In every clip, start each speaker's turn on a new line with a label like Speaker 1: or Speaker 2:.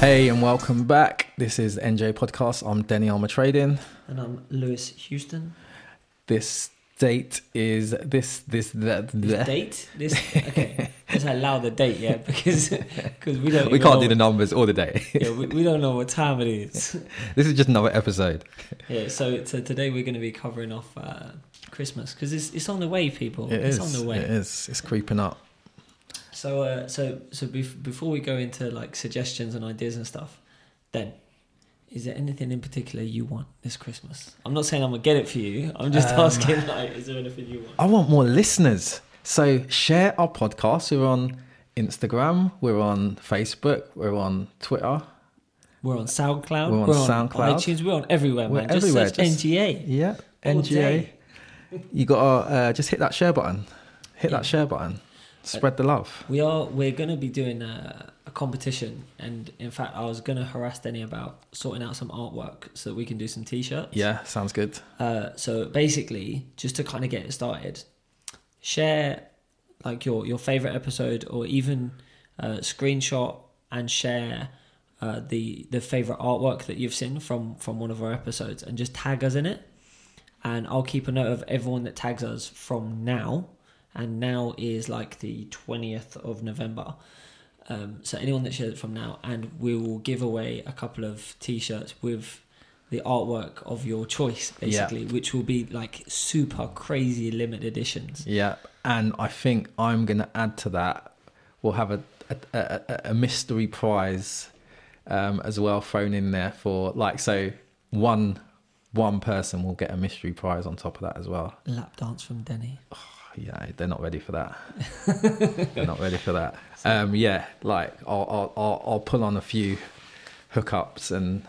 Speaker 1: Hey and welcome back. This is NJ Podcast. I'm Denny Armour Trading.
Speaker 2: And I'm Lewis Houston.
Speaker 1: This date is this this that
Speaker 2: This
Speaker 1: that.
Speaker 2: date? This okay. Let's allow the date, yeah, because because we don't
Speaker 1: We
Speaker 2: even
Speaker 1: can't do
Speaker 2: know
Speaker 1: the numbers or the day.
Speaker 2: what, yeah, we, we don't know what time it is.
Speaker 1: This is just another episode.
Speaker 2: yeah, so so today we're going to be covering off uh, Christmas because it's it's on the way, people.
Speaker 1: It
Speaker 2: Oh, it's
Speaker 1: is.
Speaker 2: on the way.
Speaker 1: It is. It's creeping up.
Speaker 2: So uh, so so bef- before we go into like suggestions and ideas and stuff, then. Is there anything in particular you want this Christmas? I'm not saying I'm gonna get it for you. I'm just
Speaker 1: Um,
Speaker 2: asking, like, is there anything you want?
Speaker 1: I want more listeners. So share our podcast. We're on Instagram. We're on Facebook. We're on Twitter.
Speaker 2: We're on SoundCloud.
Speaker 1: We're on SoundCloud.
Speaker 2: iTunes. We're on everywhere,
Speaker 1: We're
Speaker 2: man.
Speaker 1: everywhere,
Speaker 2: Just search
Speaker 1: just-
Speaker 2: NGA.
Speaker 1: Yeah.
Speaker 2: All
Speaker 1: NGA.
Speaker 2: day.
Speaker 1: You gotta uh, just hit that share button. Hit
Speaker 2: Yeah.
Speaker 1: that share button. Spread the love.
Speaker 2: We are. We're going to be doing a, a competition, and in fact, I was going to harass Denny about sorting out some artwork so that we can do some t-shirts.
Speaker 1: Yeah, sounds good.
Speaker 2: Uh, so basically, just to kind of get it started, share like your your favorite episode, or even uh, screenshot and share. Uh, the the favorite artwork that you've seen from from one of our episodes and just tag us in it and I'll keep a note of everyone that tags us from now. And now is like the 20th of November. Um, so anyone that shares it from now, and we will give away a couple of t shirts with the artwork of your choice,
Speaker 1: Yeah.
Speaker 2: basically, which will be like super crazy limited editions.
Speaker 1: Yeah, and I think I'm going to add to that. We'll have a a, a, a- a mystery prize um, as well thrown in there for like so one one person will get a mystery prize on top of that as well.
Speaker 2: Lap dance from Denny.
Speaker 1: Yeah, they're not ready for that. they're not ready for that. Um, yeah, like I'll, I'll I'll I'll pull on a few hookups and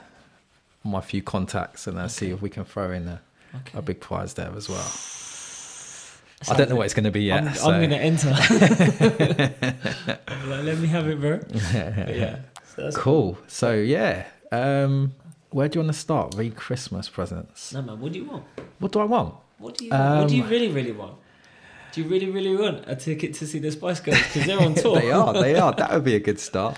Speaker 1: my few contacts and uh, see if we can throw in a,
Speaker 2: Okay.
Speaker 1: a big prize there as well. I don't
Speaker 2: Sounds
Speaker 1: know
Speaker 2: like-
Speaker 1: what it's going to be yet.
Speaker 2: I'm,
Speaker 1: so-
Speaker 2: I'm going to enter. I'm like, let me have it, bro. But yeah. So that's
Speaker 1: Cool. So yeah, um, where do you want to start? Read Christmas presents.
Speaker 2: No, man, what do you want?
Speaker 1: What do I want?
Speaker 2: What do you What do you
Speaker 1: Um,
Speaker 2: really really want? Do you really really want a ticket to see the Spice Girls because they're on tour?
Speaker 1: they are. They are. That would be a good start.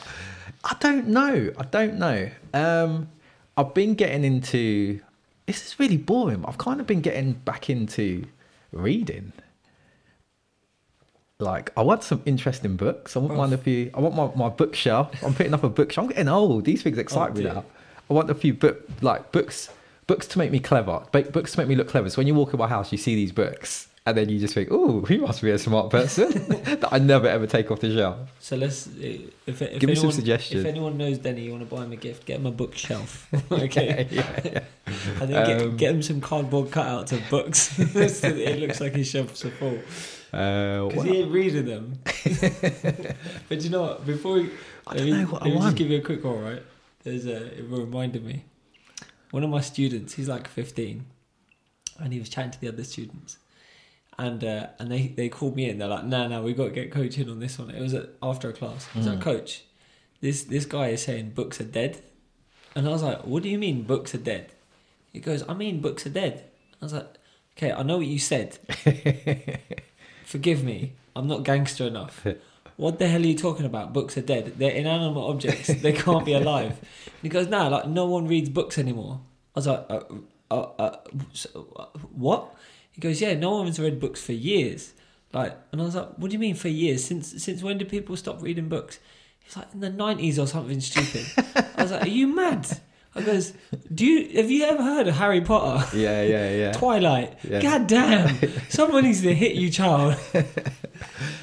Speaker 1: I don't know. I don't know. Um, I've been getting into. This is really boring. I've kind of been getting back into reading. Like I want some interesting books. I want
Speaker 2: Bruv.
Speaker 1: mind a few. I want my, my bookshelf. I'm putting up a bookshelf. I'm getting old. These things excite me
Speaker 2: dear.
Speaker 1: now. I want a few book like books books to make me clever. Ba- Books to make me look clever. So when you walk in my house, you see these books, and then you just think, "Oh, he must be a smart person." that I never ever take off the shelf.
Speaker 2: So let's. If, if
Speaker 1: Give me
Speaker 2: anyone,
Speaker 1: some suggestions.
Speaker 2: If anyone knows Denny, you want to buy him a gift, get him a bookshelf. okay.
Speaker 1: yeah, yeah.
Speaker 2: And then get,
Speaker 1: Um,
Speaker 2: get him some cardboard cutouts of books so that it looks like his shelves are full.
Speaker 1: Uh,
Speaker 2: Because
Speaker 1: well,
Speaker 2: he ain't reading them. but you know what? Before we,
Speaker 1: I
Speaker 2: let
Speaker 1: don't
Speaker 2: me,
Speaker 1: know what
Speaker 2: let
Speaker 1: I
Speaker 2: me just
Speaker 1: want.
Speaker 2: give you a quick one, right? There's a, it reminded me. One of my students, he's like 15, and he was chatting to the other students. And uh, and they, they called me in. They're like, no, no, we got to get coaching on this one. It was at, after a class. I was like,
Speaker 1: Mm.
Speaker 2: coach, this, this guy is saying books are dead. And I was like, what do you mean books are dead? He goes, I mean books are dead. I was like, okay, I know what you said. Forgive me, I'm not gangster enough. What the hell are you talking about? Books are dead. They're inanimate objects. They can't be alive. And he goes, no, like no one reads books anymore. I was like, uh, uh, uh, so, uh, what? He goes, yeah, no one's read books for years. Like, and I was like, what do you mean for years? Since since when do people stop reading books? He's like in the nineties or something stupid. I was like, are you mad? I goes, do you have you ever heard of Harry Potter?
Speaker 1: yeah, yeah, yeah.
Speaker 2: Twilight.
Speaker 1: Yeah.
Speaker 2: God damn. Someone needs to hit you, child.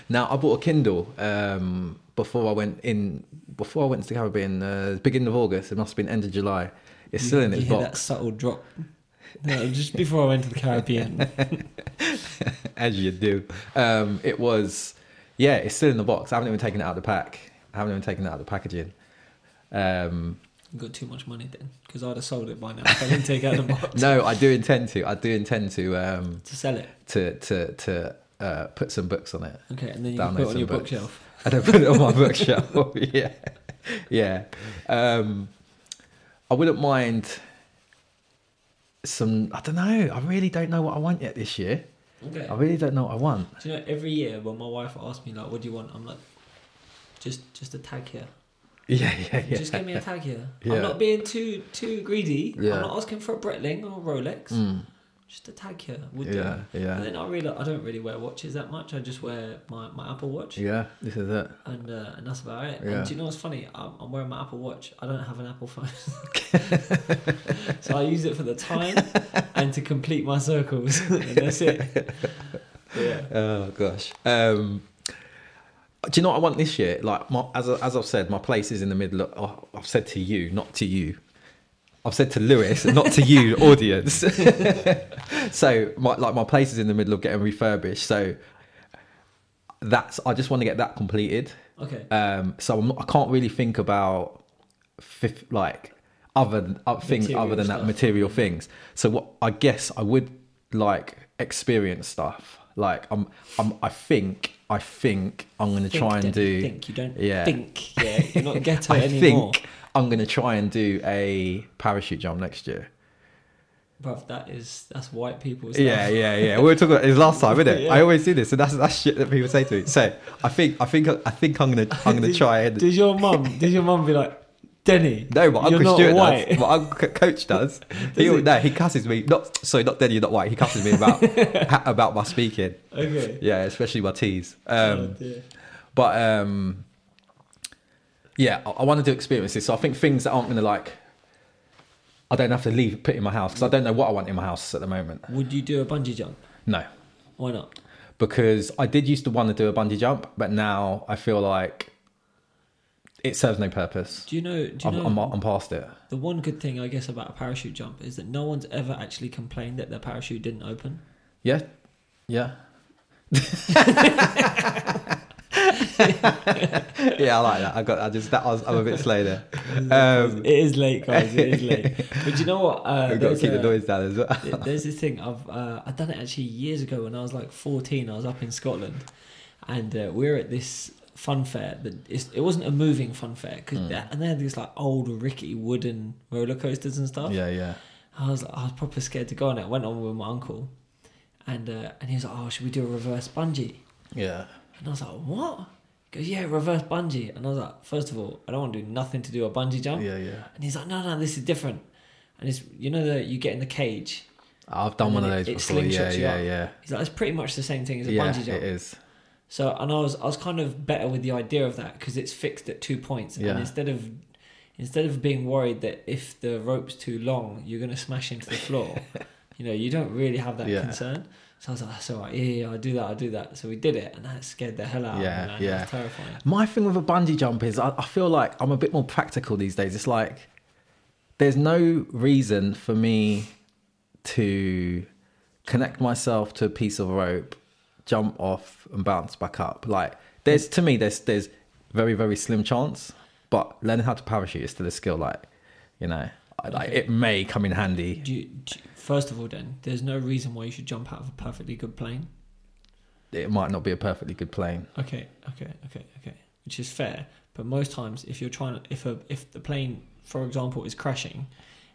Speaker 1: Now I bought a Kindle um, before I went in. Before I went to the Caribbean, uh, beginning of August. It must have been end of July. It's still in
Speaker 2: you
Speaker 1: its
Speaker 2: hear
Speaker 1: box.
Speaker 2: that subtle drop. No, just before I went to the Caribbean.
Speaker 1: as you do. Um, it was, yeah, it's still in the box. I haven't even taken it out of the pack. I haven't even taken it out of the packaging. Um,
Speaker 2: You got too much money then, because I'd have sold it by now if I didn't take out the box
Speaker 1: no, I do intend to. I do intend to um,
Speaker 2: to sell it.
Speaker 1: to to to uh, put some books on it.
Speaker 2: Okay, and then you can
Speaker 1: Download
Speaker 2: put it on
Speaker 1: some
Speaker 2: your
Speaker 1: books.
Speaker 2: bookshelf.
Speaker 1: I don't put it on my bookshelf. yeah, yeah. Um, I wouldn't mind some. I don't know. I really don't know what I want yet this year.
Speaker 2: Okay.
Speaker 1: I really don't know what I want.
Speaker 2: Do you know every year when my wife asks me like, "What do you want?" I'm like, "Just, just a tag here."
Speaker 1: Yeah, yeah, yeah.
Speaker 2: Just give me a tag here.
Speaker 1: Yeah.
Speaker 2: I'm not being too too greedy.
Speaker 1: Yeah.
Speaker 2: I'm not asking for a Breitling or a Rolex.
Speaker 1: Mm,
Speaker 2: Just a tag here would do.
Speaker 1: yeah,
Speaker 2: And
Speaker 1: yeah,
Speaker 2: then I realize I don't really wear watches that much. I just wear my, my Apple Watch,
Speaker 1: yeah. This is it.
Speaker 2: and uh, and that's about it.
Speaker 1: Yeah.
Speaker 2: And do you know what's funny? I'm, I'm wearing my Apple Watch. I don't have an Apple phone, so I use it for the time and to complete my circles, and that's it. Yeah.
Speaker 1: Oh gosh. Um, do you know what I want this year? Like, my, as I- as I've said, my place is in the middle. Of, oh, I've said to you, not to you. I've said to Lewis, not to you, audience. so, my, like, my place is in the middle of getting refurbished. So, that's I just want to get that completed.
Speaker 2: Okay.
Speaker 1: Um, so I'm not, I can't really think about fif- like other th- uh, things
Speaker 2: Material
Speaker 1: other than that
Speaker 2: stuff.
Speaker 1: material things. So what I guess I would like experience stuff. Like I'm, I'm I think I think I'm gonna
Speaker 2: Think,
Speaker 1: try and
Speaker 2: don't you
Speaker 1: do.
Speaker 2: think you don't
Speaker 1: Yeah.
Speaker 2: think. Yeah, you're not ghetto
Speaker 1: I
Speaker 2: anymore.
Speaker 1: think I'm gonna try and do a parachute jump next year.
Speaker 2: Bruv, that is that's white people's.
Speaker 1: Yeah, yeah, yeah. We were talking about this last time, isn't it?
Speaker 2: Yeah.
Speaker 1: I always do this, and that's that's shit that people say to me. So I think I think I think I'm gonna I'm gonna
Speaker 2: Did-
Speaker 1: try and
Speaker 2: Does your mum? Does your mum be like, Denny?
Speaker 1: No, my
Speaker 2: you're
Speaker 1: Uncle
Speaker 2: not
Speaker 1: Stuart
Speaker 2: white.
Speaker 1: does. My Uncle Co- Coach does. he,
Speaker 2: he?
Speaker 1: No, he cusses me. Not sorry, not Denny, not white. He cusses me about ha- about my speaking.
Speaker 2: Okay.
Speaker 1: Yeah, especially my teas.
Speaker 2: Oh,
Speaker 1: Um,
Speaker 2: dear.
Speaker 1: but um, yeah, I, I wanted to experience this. So I think things that aren't going to like, I don't have to leave put in my house because I don't know what I want in my house at the moment.
Speaker 2: Would you do a bungee jump?
Speaker 1: No,
Speaker 2: Why not?
Speaker 1: because I did used to want to do a bungee jump, but now I feel like it serves no purpose.
Speaker 2: Do you know? Do you
Speaker 1: I'm,
Speaker 2: know?
Speaker 1: I'm, I'm past it.
Speaker 2: the one good thing I guess about a parachute jump is that no one's ever actually complained that their parachute didn't open.
Speaker 1: Yeah, yeah. yeah, I like that. I got. I just that. I was, I'm a bit slow there. Um,
Speaker 2: it is late, guys. It is late. but you know what? Uh,
Speaker 1: We've got to
Speaker 2: there's
Speaker 1: keep the
Speaker 2: a-
Speaker 1: noise down as well.
Speaker 2: Th- There's this thing I've uh, I done it actually years ago when I was like 14. I was up in Scotland, and uh, we were at this fun fair that is, it wasn't a moving fun fair, 'cause they- and they had these like old rickety wooden roller coasters and stuff.
Speaker 1: Yeah, yeah.
Speaker 2: I was I was proper scared to go on it. I went on with my uncle, and uh, and he was like, "Oh, should we do a reverse bungee?"
Speaker 1: Yeah.
Speaker 2: And I was like, "What?" He goes, "Yeah, reverse bungee." And I was like, first of all, I don't want to do nothing to do a bungee jump."
Speaker 1: Yeah, yeah.
Speaker 2: And he's like, "No, no, this is different." And it's you know that you get in the cage
Speaker 1: I've done
Speaker 2: And
Speaker 1: one of
Speaker 2: then
Speaker 1: those
Speaker 2: it- it
Speaker 1: before. Yeah,
Speaker 2: slingshots you
Speaker 1: yeah,
Speaker 2: up.
Speaker 1: yeah.
Speaker 2: He's like, it's pretty much the same thing as a
Speaker 1: Yeah,
Speaker 2: bungee jump.
Speaker 1: it is.
Speaker 2: So, and I was, I was kind of better with the idea of that because it's fixed at two points,
Speaker 1: Yeah.
Speaker 2: and instead of, instead of being worried that if the rope's too long, you're gonna smash into the floor, you know, you don't really have that
Speaker 1: Yeah.
Speaker 2: concern. So I was like, that's all right, yeah, yeah, I'll do that, I'll do that. So we did it, and that scared the hell out
Speaker 1: Yeah,
Speaker 2: of me. man.
Speaker 1: yeah.
Speaker 2: That was terrifying.
Speaker 1: My thing with a bungee jump is I, I feel like I'm a bit more practical these days. It's like there's no reason for me to connect myself to a piece of rope, jump off and bounce back up. Like there's to me there's there's very very slim chance, but learning how to parachute is still a skill. Like you know, I- like it may come in handy.
Speaker 2: Do you, do you- first of all, then there's no reason why you should jump out of a perfectly good plane.
Speaker 1: It might not be a perfectly good plane.
Speaker 2: Okay, okay, okay, okay. Which is fair, but most times if you're trying to, if a if the plane, for example, is crashing,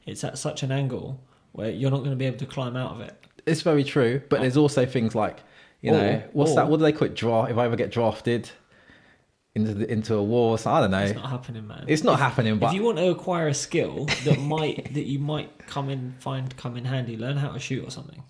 Speaker 2: it's at such an angle where you're not going to be able to climb out of it.
Speaker 1: It's very true, but there's also things like you know
Speaker 2: Or-
Speaker 1: what's that?
Speaker 2: or-
Speaker 1: What do they call it? Draw. If I ever get drafted into the, into a war, so I don't know.
Speaker 2: It's not happening, man.
Speaker 1: happening,
Speaker 2: if
Speaker 1: but
Speaker 2: you want to acquire a skill that might that you might come in find come in handy, learn how to shoot or something.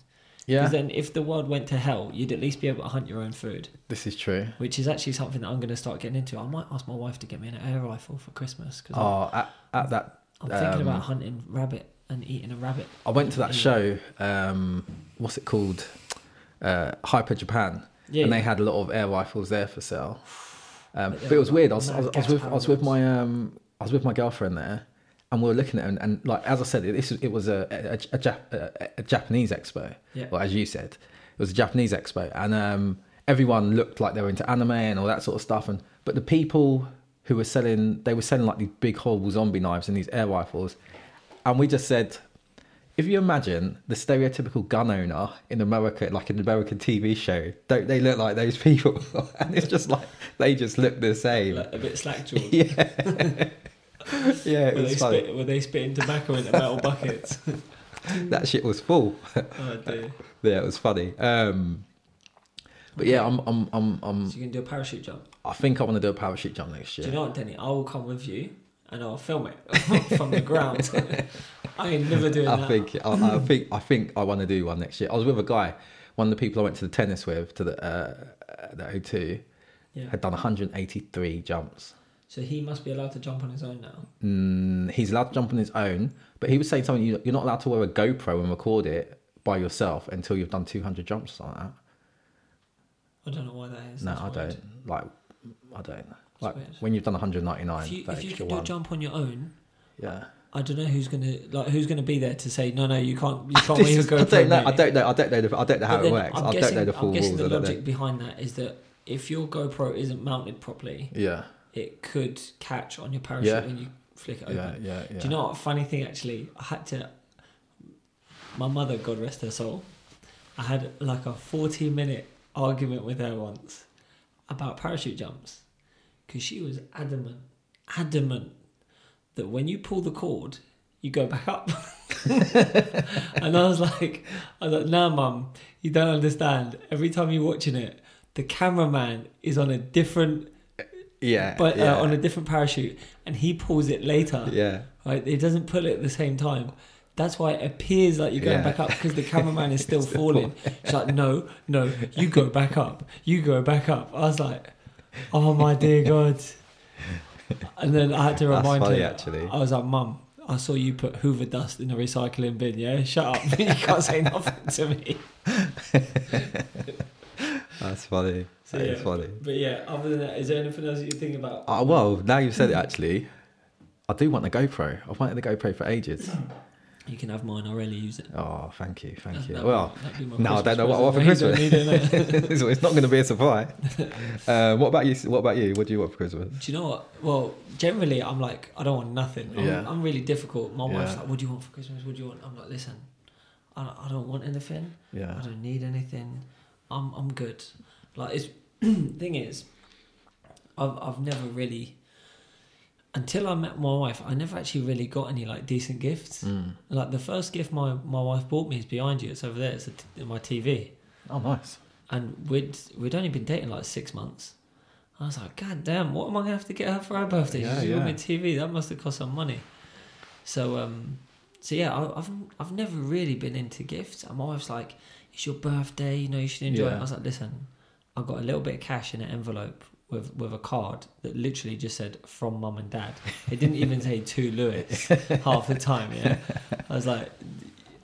Speaker 1: yeah,
Speaker 2: Because then, if the world went to hell, you'd at least be able to hunt your own food,
Speaker 1: this is true.
Speaker 2: which is actually something that I'm going to start getting into. I might ask my wife to get me an air rifle for Christmas because
Speaker 1: Oh, at, at that,
Speaker 2: I'm thinking
Speaker 1: um,
Speaker 2: about hunting rabbit and eating a rabbit.
Speaker 1: I went to
Speaker 2: Mm.
Speaker 1: that show. Um, what's it called? Uh, Hyper Japan,
Speaker 2: Yeah,
Speaker 1: and
Speaker 2: yeah.
Speaker 1: they had a lot of air rifles there for sale. Um,
Speaker 2: But
Speaker 1: but
Speaker 2: they
Speaker 1: it was
Speaker 2: were
Speaker 1: weird. I was, I
Speaker 2: mad
Speaker 1: was, I was
Speaker 2: gas
Speaker 1: with I was with
Speaker 2: powered
Speaker 1: my um, I was with my girlfriend there, and we were looking at it, and, and like as I said, this was- it was a a, a, Jap, a, a Japanese expo.
Speaker 2: Yeah.
Speaker 1: Well, as you said, it was a Japanese expo, and um, everyone looked like they were into anime and all that sort of stuff. And but the people who were selling, they were selling like these big horrible zombie knives and these air rifles, and we just said, if you imagine the stereotypical gun owner in America, like an American TV show, don't they look like those people? and it's just like they just look the same.
Speaker 2: Like a bit slack jawed.
Speaker 1: Yeah, yeah, it
Speaker 2: Were they,
Speaker 1: was funny.
Speaker 2: spit, were they spitting tobacco into metal buckets?
Speaker 1: That shit was full.
Speaker 2: oh dear.
Speaker 1: Yeah, it was funny. Um, But yeah, I'm, I'm, I'm, I'm,
Speaker 2: So you can do a parachute jump.
Speaker 1: I think I want to do a parachute jump next
Speaker 2: Do
Speaker 1: year.
Speaker 2: you know what, Denny? I will come with you and I'll film it from the ground. I ain't never doing
Speaker 1: I
Speaker 2: that.
Speaker 1: think, I, I think, I think I want to do one next year. I was with a guy, one of the people I went to the tennis with, to the, uh, the O2,
Speaker 2: Yeah.
Speaker 1: had done 183 jumps.
Speaker 2: So he must be allowed to jump on his own now.
Speaker 1: Mm, he's allowed to jump on his own, but he was saying something, you- you're not allowed to wear a GoPro and record it by yourself until you've done 200 jumps or something like that.
Speaker 2: I don't know why that is.
Speaker 1: No,
Speaker 2: That's
Speaker 1: I
Speaker 2: weird.
Speaker 1: don't. Like, I don't. Like
Speaker 2: weird.
Speaker 1: when you've done 199,
Speaker 2: If you,
Speaker 1: that
Speaker 2: if you
Speaker 1: extra
Speaker 2: can do a
Speaker 1: one.
Speaker 2: jump on your own,
Speaker 1: yeah.
Speaker 2: I don't know who's gonna like who's gonna be there to say no, no, you can't, you can't
Speaker 1: This
Speaker 2: wear your
Speaker 1: is-
Speaker 2: GoPro.
Speaker 1: I don't know. I
Speaker 2: really."
Speaker 1: don't know. I don't know. The, I don't know how
Speaker 2: But
Speaker 1: it
Speaker 2: then
Speaker 1: works.
Speaker 2: I'm
Speaker 1: I don't
Speaker 2: guessing-
Speaker 1: know the full
Speaker 2: I'm guessing
Speaker 1: rules.
Speaker 2: the
Speaker 1: I don't know.
Speaker 2: logic behind that is that if your GoPro isn't mounted properly,
Speaker 1: Yeah,
Speaker 2: it could catch on your parachute
Speaker 1: Yeah.
Speaker 2: when you flick it open.
Speaker 1: yeah, yeah, yeah.
Speaker 2: Do you know what? Funny thing, actually, I had to. My mother, God rest her soul, I had like a 40 minute argument with her once about parachute jumps because she was adamant, adamant that when you pull the cord, you go back up. and I was like, I was like, nah, mum, you don't understand. Every time you're watching it, the cameraman is on a different,
Speaker 1: Yeah,
Speaker 2: but
Speaker 1: yeah,
Speaker 2: uh, on a different parachute, and he pulls it later.
Speaker 1: yeah,
Speaker 2: Right, it doesn't pull it at the same time. That's why it appears like you're going
Speaker 1: Yeah.
Speaker 2: back up because the cameraman is still falling. She's like, no, no, you go back up, you go back up. I was like, oh my dear God. And then I had to
Speaker 1: That's
Speaker 2: remind
Speaker 1: funny,
Speaker 2: her.
Speaker 1: actually.
Speaker 2: I was like, mum, I saw you put Hoover dust in the recycling bin. Yeah, shut up. you can't say nothing to me.
Speaker 1: that's funny.
Speaker 2: So,
Speaker 1: That's
Speaker 2: yeah.
Speaker 1: funny.
Speaker 2: But yeah, other than that, is there anything else that you think about?
Speaker 1: Uh, well, now you've said it. Actually, I do want the GoPro. I've wanted the GoPro for ages.
Speaker 2: You can have mine. I rarely use it.
Speaker 1: Oh, thank you, thank
Speaker 2: That-
Speaker 1: you.
Speaker 2: that-
Speaker 1: Well,
Speaker 2: that'd be
Speaker 1: no,
Speaker 2: my
Speaker 1: I
Speaker 2: Christmas
Speaker 1: don't know what I want for
Speaker 2: present. You don't need it,
Speaker 1: Christmas.
Speaker 2: no.
Speaker 1: so it's not going to be a surprise. Uh, what about you? What about you? What do you want for Christmas?
Speaker 2: Do you know what? Well, generally, I'm like, I don't want nothing. I'm,
Speaker 1: Yeah.
Speaker 2: I'm really difficult. My wife's
Speaker 1: Yeah.
Speaker 2: like, what do you want for Christmas? What do you want? I'm like, listen, I, I don't want anything. I
Speaker 1: Yeah,
Speaker 2: don't need anything. I'm, I'm good. Like, it's, thing is, I've, I've never really, until I met my wife, I never actually really got any like decent gifts.
Speaker 1: Mm.
Speaker 2: Like, the first gift my, my wife bought me is behind you. It's over there. It's a t- my TV
Speaker 1: Oh, nice.
Speaker 2: and we'd we'd only been dating like six months. I was like, God damn, what am I gonna have to get her for her birthday?
Speaker 1: Yeah,
Speaker 2: She's
Speaker 1: yeah.
Speaker 2: on TV. That must have cost some money. So um, so yeah, I, I've I've never really been into gifts. I'm always like, it's your birthday, you know, you should enjoy it.
Speaker 1: Yeah.
Speaker 2: I was like, listen, I got a little bit of cash in an envelope. With, with a card that literally just said from mum and dad. It didn't even say to Lewis half the time. Yeah, I was like,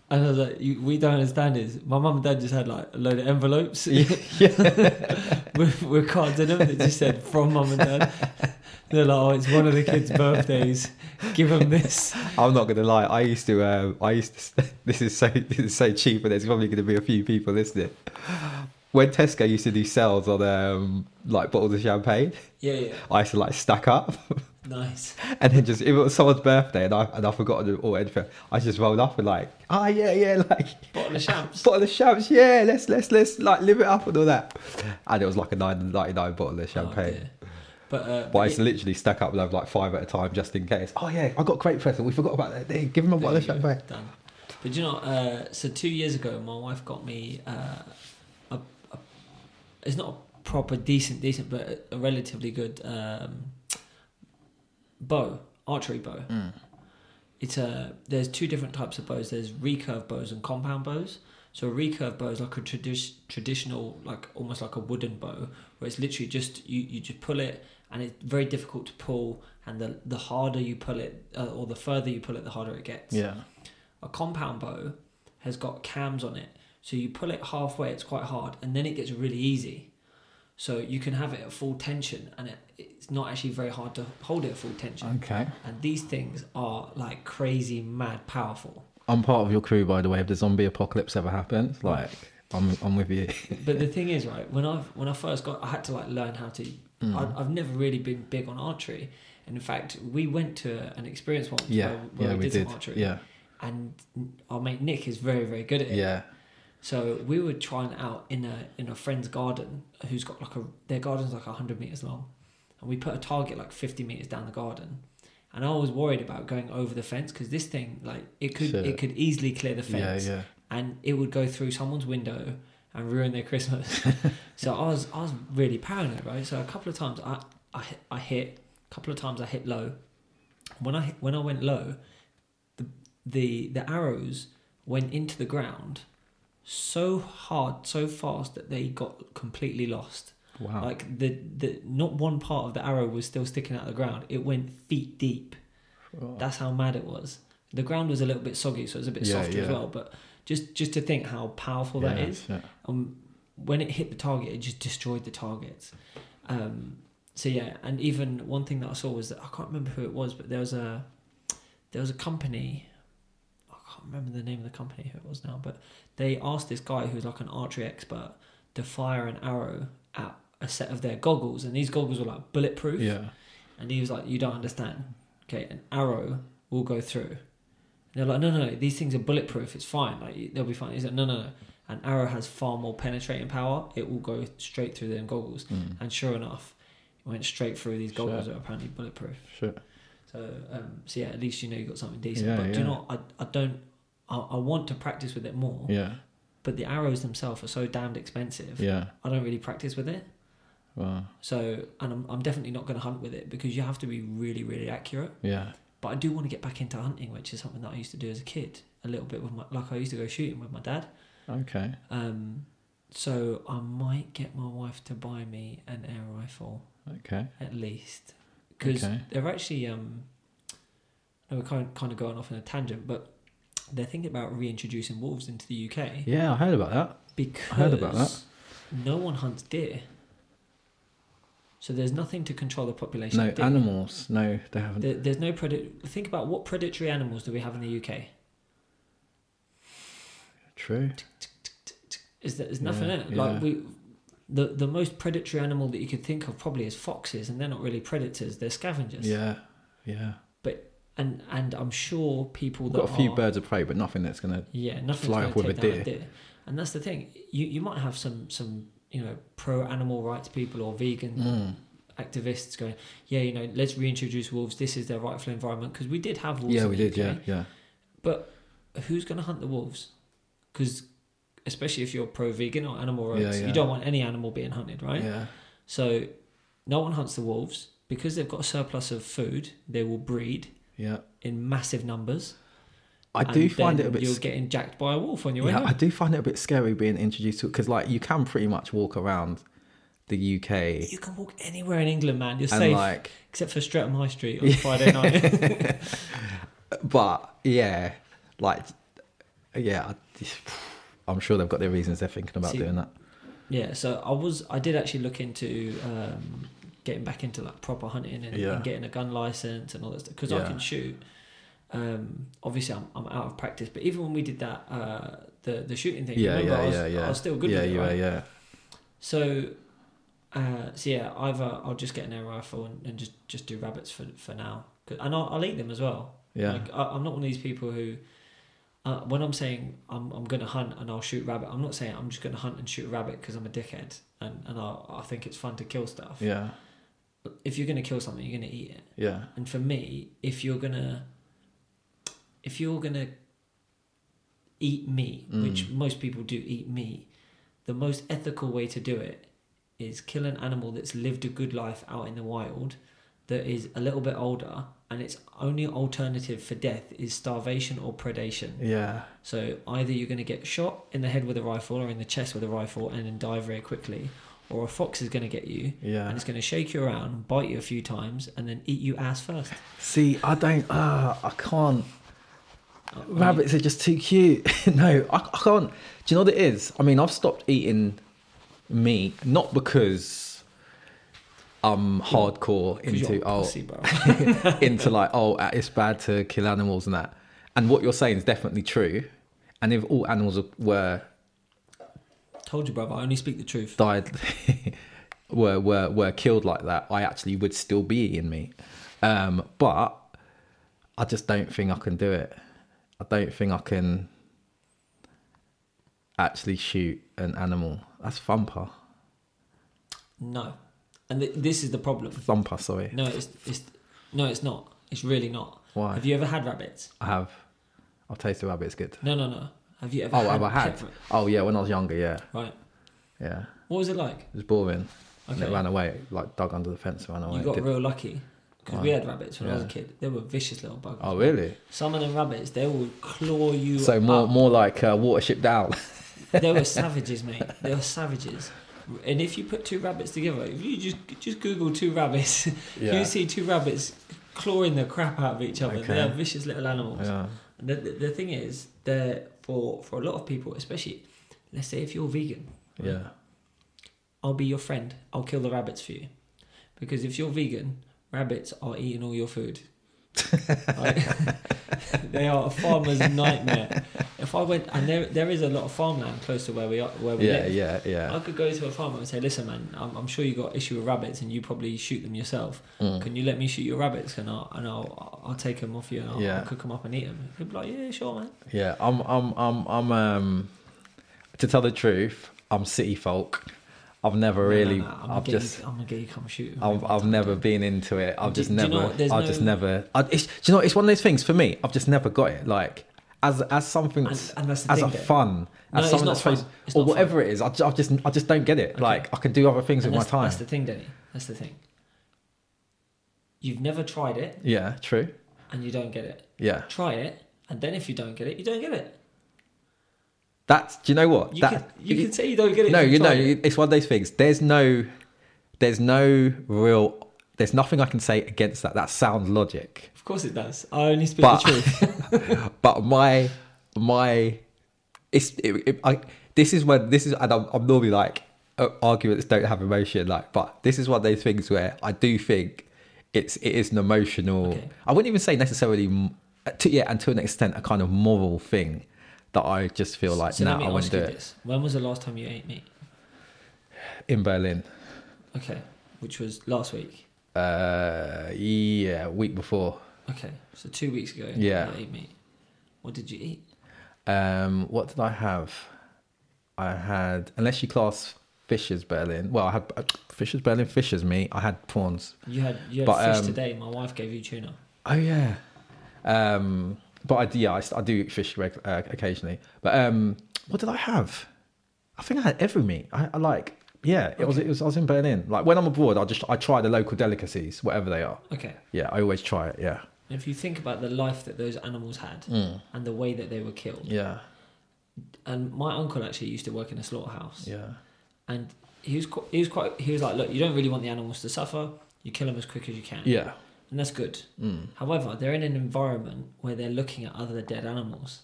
Speaker 2: and I was like, you, we don't understand this. My mum and dad just had like a load of envelopes with, with cards in them that just said from mum and dad. They're like, oh, it's one of the kids' birthdays. Give them this.
Speaker 1: I'm not gonna lie. I used to. Um, I used to. This is so. This is so cheap, and there's probably gonna be a few people listening. When Tesco used to do sales on um, like bottles of champagne,
Speaker 2: Yeah, yeah.
Speaker 1: I used to like stack up,
Speaker 2: Nice.
Speaker 1: and then just if it was someone's birthday and I and I forgot to do- or anything, I just rolled up and like, ah, yeah, yeah, like
Speaker 2: Bottle of champs.
Speaker 1: bottle of champs, yeah, let's let's let's like live it up and all that. And it was like a nine ninety nine bottle of
Speaker 2: Oh,
Speaker 1: champagne.
Speaker 2: dear. but uh,
Speaker 1: But I used to literally stack up like five at a time just in case. Oh yeah, I got a great present. We forgot about that. There, give him a bottle of
Speaker 2: There you go.
Speaker 1: champagne.
Speaker 2: Done. But you know, uh, so two years ago, my wife got me uh, a, a. It's not a proper decent, decent, but a relatively good um, bow, archery bow. It's a. There's two different types of bows. There's recurve bows and compound bows. So a recurve bow is like a tradi- traditional, like almost like a wooden bow, where it's literally just you, you just pull it, and it's very difficult to pull. And the the harder you pull it, uh, or the further you pull it, the harder it gets
Speaker 1: Yeah.
Speaker 2: a compound bow has got cams on it. So you pull it halfway, it's quite hard, and then it gets really easy. So you can have it at full tension, and it, it's not actually very hard to hold it at full tension.
Speaker 1: Okay.
Speaker 2: And these things are like crazy, mad, powerful.
Speaker 1: I'm part of your crew, by the way. If the zombie apocalypse ever happens, like I'm, I'm with you.
Speaker 2: But the thing is, right? When I when I first got, I had to like learn how to.
Speaker 1: Mm.
Speaker 2: I, I've never really been big on archery, and in fact, we went to an experience once
Speaker 1: Yeah,
Speaker 2: where, where
Speaker 1: yeah,
Speaker 2: we, did, some archery,
Speaker 1: Yeah,
Speaker 2: and our mate Nick is very, very good at it.
Speaker 1: yeah,
Speaker 2: So we were trying it out in a in a friend's garden who's got like a their garden's like hundred meters long, and we put a target like fifty meters down the garden, and I was worried about going over the fence because this thing like it could
Speaker 1: Shit.
Speaker 2: it could easily clear the
Speaker 1: yeah,
Speaker 2: fence
Speaker 1: yeah.
Speaker 2: and it would go through someone's window and ruin their Christmas. so I was I was really paranoid, right? So a couple of times I I hit- I hit a couple of times I hit low. When I hit, when I went low, the the the arrows went into the ground so hard, so fast that they got completely lost.
Speaker 1: Wow.
Speaker 2: Like the, the not one part of the arrow was still sticking out of the ground. It went feet deep.
Speaker 1: Oh.
Speaker 2: That's how mad it was. The ground was a little bit soggy, so it was a bit
Speaker 1: Yeah,
Speaker 2: softer as
Speaker 1: yeah.
Speaker 2: well. But just just to think how powerful that
Speaker 1: Yeah,
Speaker 2: is.
Speaker 1: yeah.
Speaker 2: Um, when it hit the target, it just destroyed the target. Um, so yeah, and even one thing that I saw was that I can't remember who it was, but there was a there was a company. I can't remember the name of the company who it was now, but they asked this guy who was like an archery expert to fire an arrow at a set of their goggles, and these goggles were like bulletproof.
Speaker 1: Yeah.
Speaker 2: And he was like, "You don't understand. Okay, an arrow will go through." And they're like, "No, no, no. These things are bulletproof. It's fine. Like they'll be fine." He's like, "No, no, no. An arrow has far more penetrating power. It will go straight through them goggles."
Speaker 1: Mm.
Speaker 2: And sure enough, it went straight through these goggles that are apparently bulletproof.
Speaker 1: Sure.
Speaker 2: So, um, so yeah, at least you know you got something decent.
Speaker 1: Yeah,
Speaker 2: but do you
Speaker 1: yeah.
Speaker 2: know, what? I, I don't. I, I want to practice with it more,
Speaker 1: Yeah.
Speaker 2: but the arrows themselves are so damned expensive.
Speaker 1: Yeah.
Speaker 2: I don't really practice with it.
Speaker 1: Wow.
Speaker 2: So, and I'm, I'm definitely not going to hunt with it because you have to be really, really accurate.
Speaker 1: Yeah.
Speaker 2: But I do want to get back into hunting, which is something that I used to do as a kid a little bit with my like I used to go shooting with my dad.
Speaker 1: Okay.
Speaker 2: Um, so I might get my wife to buy me an air rifle
Speaker 1: Okay.
Speaker 2: at least because
Speaker 1: Okay.
Speaker 2: they're actually um, no, we're kind kind of going off on a tangent, but they're thinking about reintroducing wolves into the UK
Speaker 1: Yeah, I heard about that.
Speaker 2: because
Speaker 1: heard about that.
Speaker 2: no one hunts deer. So there's nothing to control the population.
Speaker 1: No
Speaker 2: of deer.
Speaker 1: animals. No, they haven't.
Speaker 2: There, there's no predator. Think about what predatory animals do we have in the UK?
Speaker 1: True.
Speaker 2: Is that there's nothing
Speaker 1: Yeah,
Speaker 2: in it? Like
Speaker 1: yeah.
Speaker 2: we, the the most predatory animal that you could think of probably is foxes, and they're not really predators; they're scavengers.
Speaker 1: Yeah. Yeah.
Speaker 2: And and I'm sure people
Speaker 1: We've
Speaker 2: that
Speaker 1: got a few
Speaker 2: are,
Speaker 1: birds of prey, but nothing that's gonna.
Speaker 2: Yeah, nothing's
Speaker 1: fly
Speaker 2: gonna
Speaker 1: off with
Speaker 2: take
Speaker 1: a
Speaker 2: down And that's the thing. You you might have some some you know pro animal rights people or vegan
Speaker 1: Mm.
Speaker 2: activists going, yeah, you know, let's reintroduce wolves. This is their rightful environment because we did have wolves.
Speaker 1: Yeah,
Speaker 2: in
Speaker 1: we
Speaker 2: the
Speaker 1: did. Yeah,
Speaker 2: UK.
Speaker 1: yeah,
Speaker 2: But who's going to hunt the wolves? Because especially if you're pro-vegan or animal rights,
Speaker 1: Yeah, yeah.
Speaker 2: you don't want any animal being hunted, right?
Speaker 1: yeah.
Speaker 2: So no one hunts the wolves because they've got a surplus of food. They will breed
Speaker 1: Yeah.
Speaker 2: in massive numbers.
Speaker 1: I
Speaker 2: and
Speaker 1: do find
Speaker 2: then
Speaker 1: it a bit.
Speaker 2: You're
Speaker 1: sc-
Speaker 2: getting jacked by a wolf on your way
Speaker 1: yeah, I
Speaker 2: home.
Speaker 1: do find it a bit scary being introduced to it because, like, you can pretty much walk around the UK
Speaker 2: You can walk anywhere in England, man. You're
Speaker 1: and
Speaker 2: safe,
Speaker 1: like,
Speaker 2: except for Streatham High Street on Friday night.
Speaker 1: but yeah, like, yeah, I, I'm sure they've got their reasons they're thinking about
Speaker 2: See-
Speaker 1: doing that.
Speaker 2: Yeah, so I was I did actually look into um, getting back into like proper hunting and,
Speaker 1: Yeah.
Speaker 2: and getting a gun license and all that stuff because I
Speaker 1: Yeah.
Speaker 2: can shoot. Um, obviously, I'm, I'm out of practice, but even when we did that uh, the the shooting thing,
Speaker 1: Yeah,
Speaker 2: remember,
Speaker 1: yeah,
Speaker 2: I was,
Speaker 1: yeah, yeah.
Speaker 2: I was still good
Speaker 1: yeah,
Speaker 2: with it.
Speaker 1: you
Speaker 2: right?
Speaker 1: are, yeah,
Speaker 2: So, uh, so yeah, either I'll just get an air rifle and, and just just do rabbits for for now, 'Cause- and I'll, I'll eat them as well.
Speaker 1: yeah,
Speaker 2: Like, I, I'm not one of these people who, uh, when I'm saying I'm, I'm going to hunt and I'll shoot rabbit, I'm not saying I'm just going to hunt and shoot a rabbit because I'm a dickhead and, and I, I think it's fun to kill stuff.
Speaker 1: yeah,
Speaker 2: If you're going to kill something, you're going to eat it.
Speaker 1: yeah,
Speaker 2: And for me, if you're going to, if you're going to eat meat, which
Speaker 1: Mm.
Speaker 2: most people do eat meat, the most ethical way to do it is kill an animal that's lived a good life out in the wild, that is a little bit older, and its only alternative for death is starvation or predation.
Speaker 1: yeah,
Speaker 2: So either you're going to get shot in the head with a rifle or in the chest with a rifle and then die very quickly, or a fox is going to get you. And
Speaker 1: yeah.
Speaker 2: it's going to shake you around, bite you a few times, and then eat you ass first.
Speaker 1: See, I don't, uh, I can't.
Speaker 2: I- I mean,
Speaker 1: Rabbits are just too cute. no, I, I can't. Do you know what it is? I mean, I've stopped eating meat not because I'm hardcore
Speaker 2: 'cause you're
Speaker 1: into
Speaker 2: a
Speaker 1: oh
Speaker 2: pussy, bro.
Speaker 1: into like oh it's bad to kill animals and that. And what you're saying is definitely true. And if all animals were
Speaker 2: Told you, brother. I only speak the truth.
Speaker 1: died were were were killed like that, I actually would still be eating meat. Um, but I just don't think I can do it. I don't think I can actually shoot an animal. That's thumper,
Speaker 2: No, and th- this is the problem.
Speaker 1: thumper. Sorry,
Speaker 2: No, it's, it's no, it's not. It's really not.
Speaker 1: why?
Speaker 2: Have you ever had rabbits?
Speaker 1: I have. I've tasted rabbit. It's good.
Speaker 2: No, no, no. Have you ever?
Speaker 1: Oh, have I
Speaker 2: had
Speaker 1: had?
Speaker 2: pet-
Speaker 1: Oh yeah, when I was younger, yeah,
Speaker 2: Right.
Speaker 1: yeah.
Speaker 2: What was it like?
Speaker 1: It was boring. And
Speaker 2: Okay.
Speaker 1: it ran away, like dug under the fence and ran away.
Speaker 2: You got
Speaker 1: Did-
Speaker 2: real lucky because we
Speaker 1: Right.
Speaker 2: had rabbits when I was a
Speaker 1: Yeah.
Speaker 2: kid. They were vicious little buggers.
Speaker 1: oh really?
Speaker 2: Some of them rabbits, they will claw you.
Speaker 1: So more,
Speaker 2: up.
Speaker 1: more like uh, Watership Down.
Speaker 2: they were savages, mate. They were savages. And if you put two rabbits together, if you just just Google two rabbits, you see two rabbits clawing the crap out of each other. They
Speaker 1: Okay.
Speaker 2: are vicious little animals.
Speaker 1: yeah.
Speaker 2: The, the, the thing is, they're for for a lot of people, especially, let's say if you're vegan,
Speaker 1: Yeah.
Speaker 2: I'll be your friend. I'll kill the rabbits for you, because if you're vegan, rabbits are eating all your food. Like, they are a farmer's nightmare. If I went and there there is a lot of farmland close to where we are where we
Speaker 1: Yeah,
Speaker 2: live.
Speaker 1: yeah, yeah.
Speaker 2: I could go to a farmer and say, "Listen, man, I'm, I'm sure you got issue with rabbits, and you probably shoot them yourself.
Speaker 1: Mm.
Speaker 2: Can you let me shoot your rabbits, and I'll and I'll, I'll take them off you, and I'll,
Speaker 1: Yeah.
Speaker 2: I'll cook them up and eat them." He'd be like, "Yeah, sure, man."
Speaker 1: Yeah, I'm, I'm, I'm, I'm. Um, to tell the truth, I'm city folk. I've never
Speaker 2: No, no,
Speaker 1: really.
Speaker 2: no, I'm
Speaker 1: I've
Speaker 2: gonna get
Speaker 1: just.
Speaker 2: you, I'm gonna get you come shoot. me.
Speaker 1: I've, I've never been into it. I've
Speaker 2: Do-
Speaker 1: just
Speaker 2: do you know
Speaker 1: never.
Speaker 2: what? There's
Speaker 1: I've just
Speaker 2: no-
Speaker 1: never. I, it's, do you know? what? It's one of those things for me. I've just never got it. Like as as something
Speaker 2: and,
Speaker 1: that's
Speaker 2: and that's the
Speaker 1: as
Speaker 2: thing.
Speaker 1: a
Speaker 2: though.
Speaker 1: fun,
Speaker 2: No,
Speaker 1: as
Speaker 2: it's
Speaker 1: something
Speaker 2: not
Speaker 1: that's supposed-
Speaker 2: fun. It's
Speaker 1: or
Speaker 2: not fun.
Speaker 1: whatever it is. I, ju- I've just I just don't get it.
Speaker 2: Okay.
Speaker 1: Like I can do other things
Speaker 2: And
Speaker 1: with my
Speaker 2: that's,
Speaker 1: time.
Speaker 2: That's the thing, Danny. That's the thing. You've never tried it,
Speaker 1: Yeah, true.
Speaker 2: and you don't get it.
Speaker 1: Yeah,
Speaker 2: Try it, and then if you don't get it, you don't get it.
Speaker 1: that's. Do you know what?
Speaker 2: You
Speaker 1: that
Speaker 2: can you can say you don't get it.
Speaker 1: no,
Speaker 2: if
Speaker 1: you know,
Speaker 2: try it.
Speaker 1: it's one of those things. There's no, there's no real, there's nothing I can say against that. That sounds logic,
Speaker 2: Of course it does. I only speak
Speaker 1: But-
Speaker 2: the truth.
Speaker 1: but my, my, it's, it, it, I, this is when this is, and I'm, I'm normally like uh, arguments don't have emotion, like, but this is one of those things where I do think it's, it is an emotional.
Speaker 2: Okay.
Speaker 1: I wouldn't even say necessarily, m- to, yeah, and to an extent, a kind of moral thing that I just feel like,
Speaker 2: so
Speaker 1: now
Speaker 2: let me
Speaker 1: nah, I wouldn't
Speaker 2: ask
Speaker 1: do
Speaker 2: you
Speaker 1: it
Speaker 2: this: When was the last time you ate meat?
Speaker 1: in Berlin.
Speaker 2: Okay, which was last week.
Speaker 1: Uh, yeah, week before.
Speaker 2: Okay, so two weeks ago.
Speaker 1: Yeah.
Speaker 2: you ate meat. What did you eat?
Speaker 1: Um, what did I have? I had, unless you class Fisher's Berlin. Well, I had uh, Fisher's Berlin, Fisher's meat. I had prawns.
Speaker 2: You had you had
Speaker 1: But,
Speaker 2: fish
Speaker 1: um,
Speaker 2: today. My wife gave you tuna.
Speaker 1: Oh yeah. Um, but I, yeah, I, I do eat fish reg- uh, occasionally. But um, what did I have? I think I had every meat. I, I like, yeah, it was. It was. I was in Berlin. Like when I'm abroad, I just I try the local delicacies, whatever they are.
Speaker 2: Okay.
Speaker 1: Yeah, I always try it. Yeah.
Speaker 2: If you think about the life that those animals had
Speaker 1: Mm.
Speaker 2: and the way that they were killed,
Speaker 1: Yeah.
Speaker 2: and my uncle actually used to work in a slaughterhouse,
Speaker 1: Yeah.
Speaker 2: and he was qu- he was quite he was like, look, you don't really want the animals to suffer. You kill them as quick as you can.
Speaker 1: Yeah.
Speaker 2: and that's good.
Speaker 1: Mm.
Speaker 2: However, they're in an environment where they're looking at other dead animals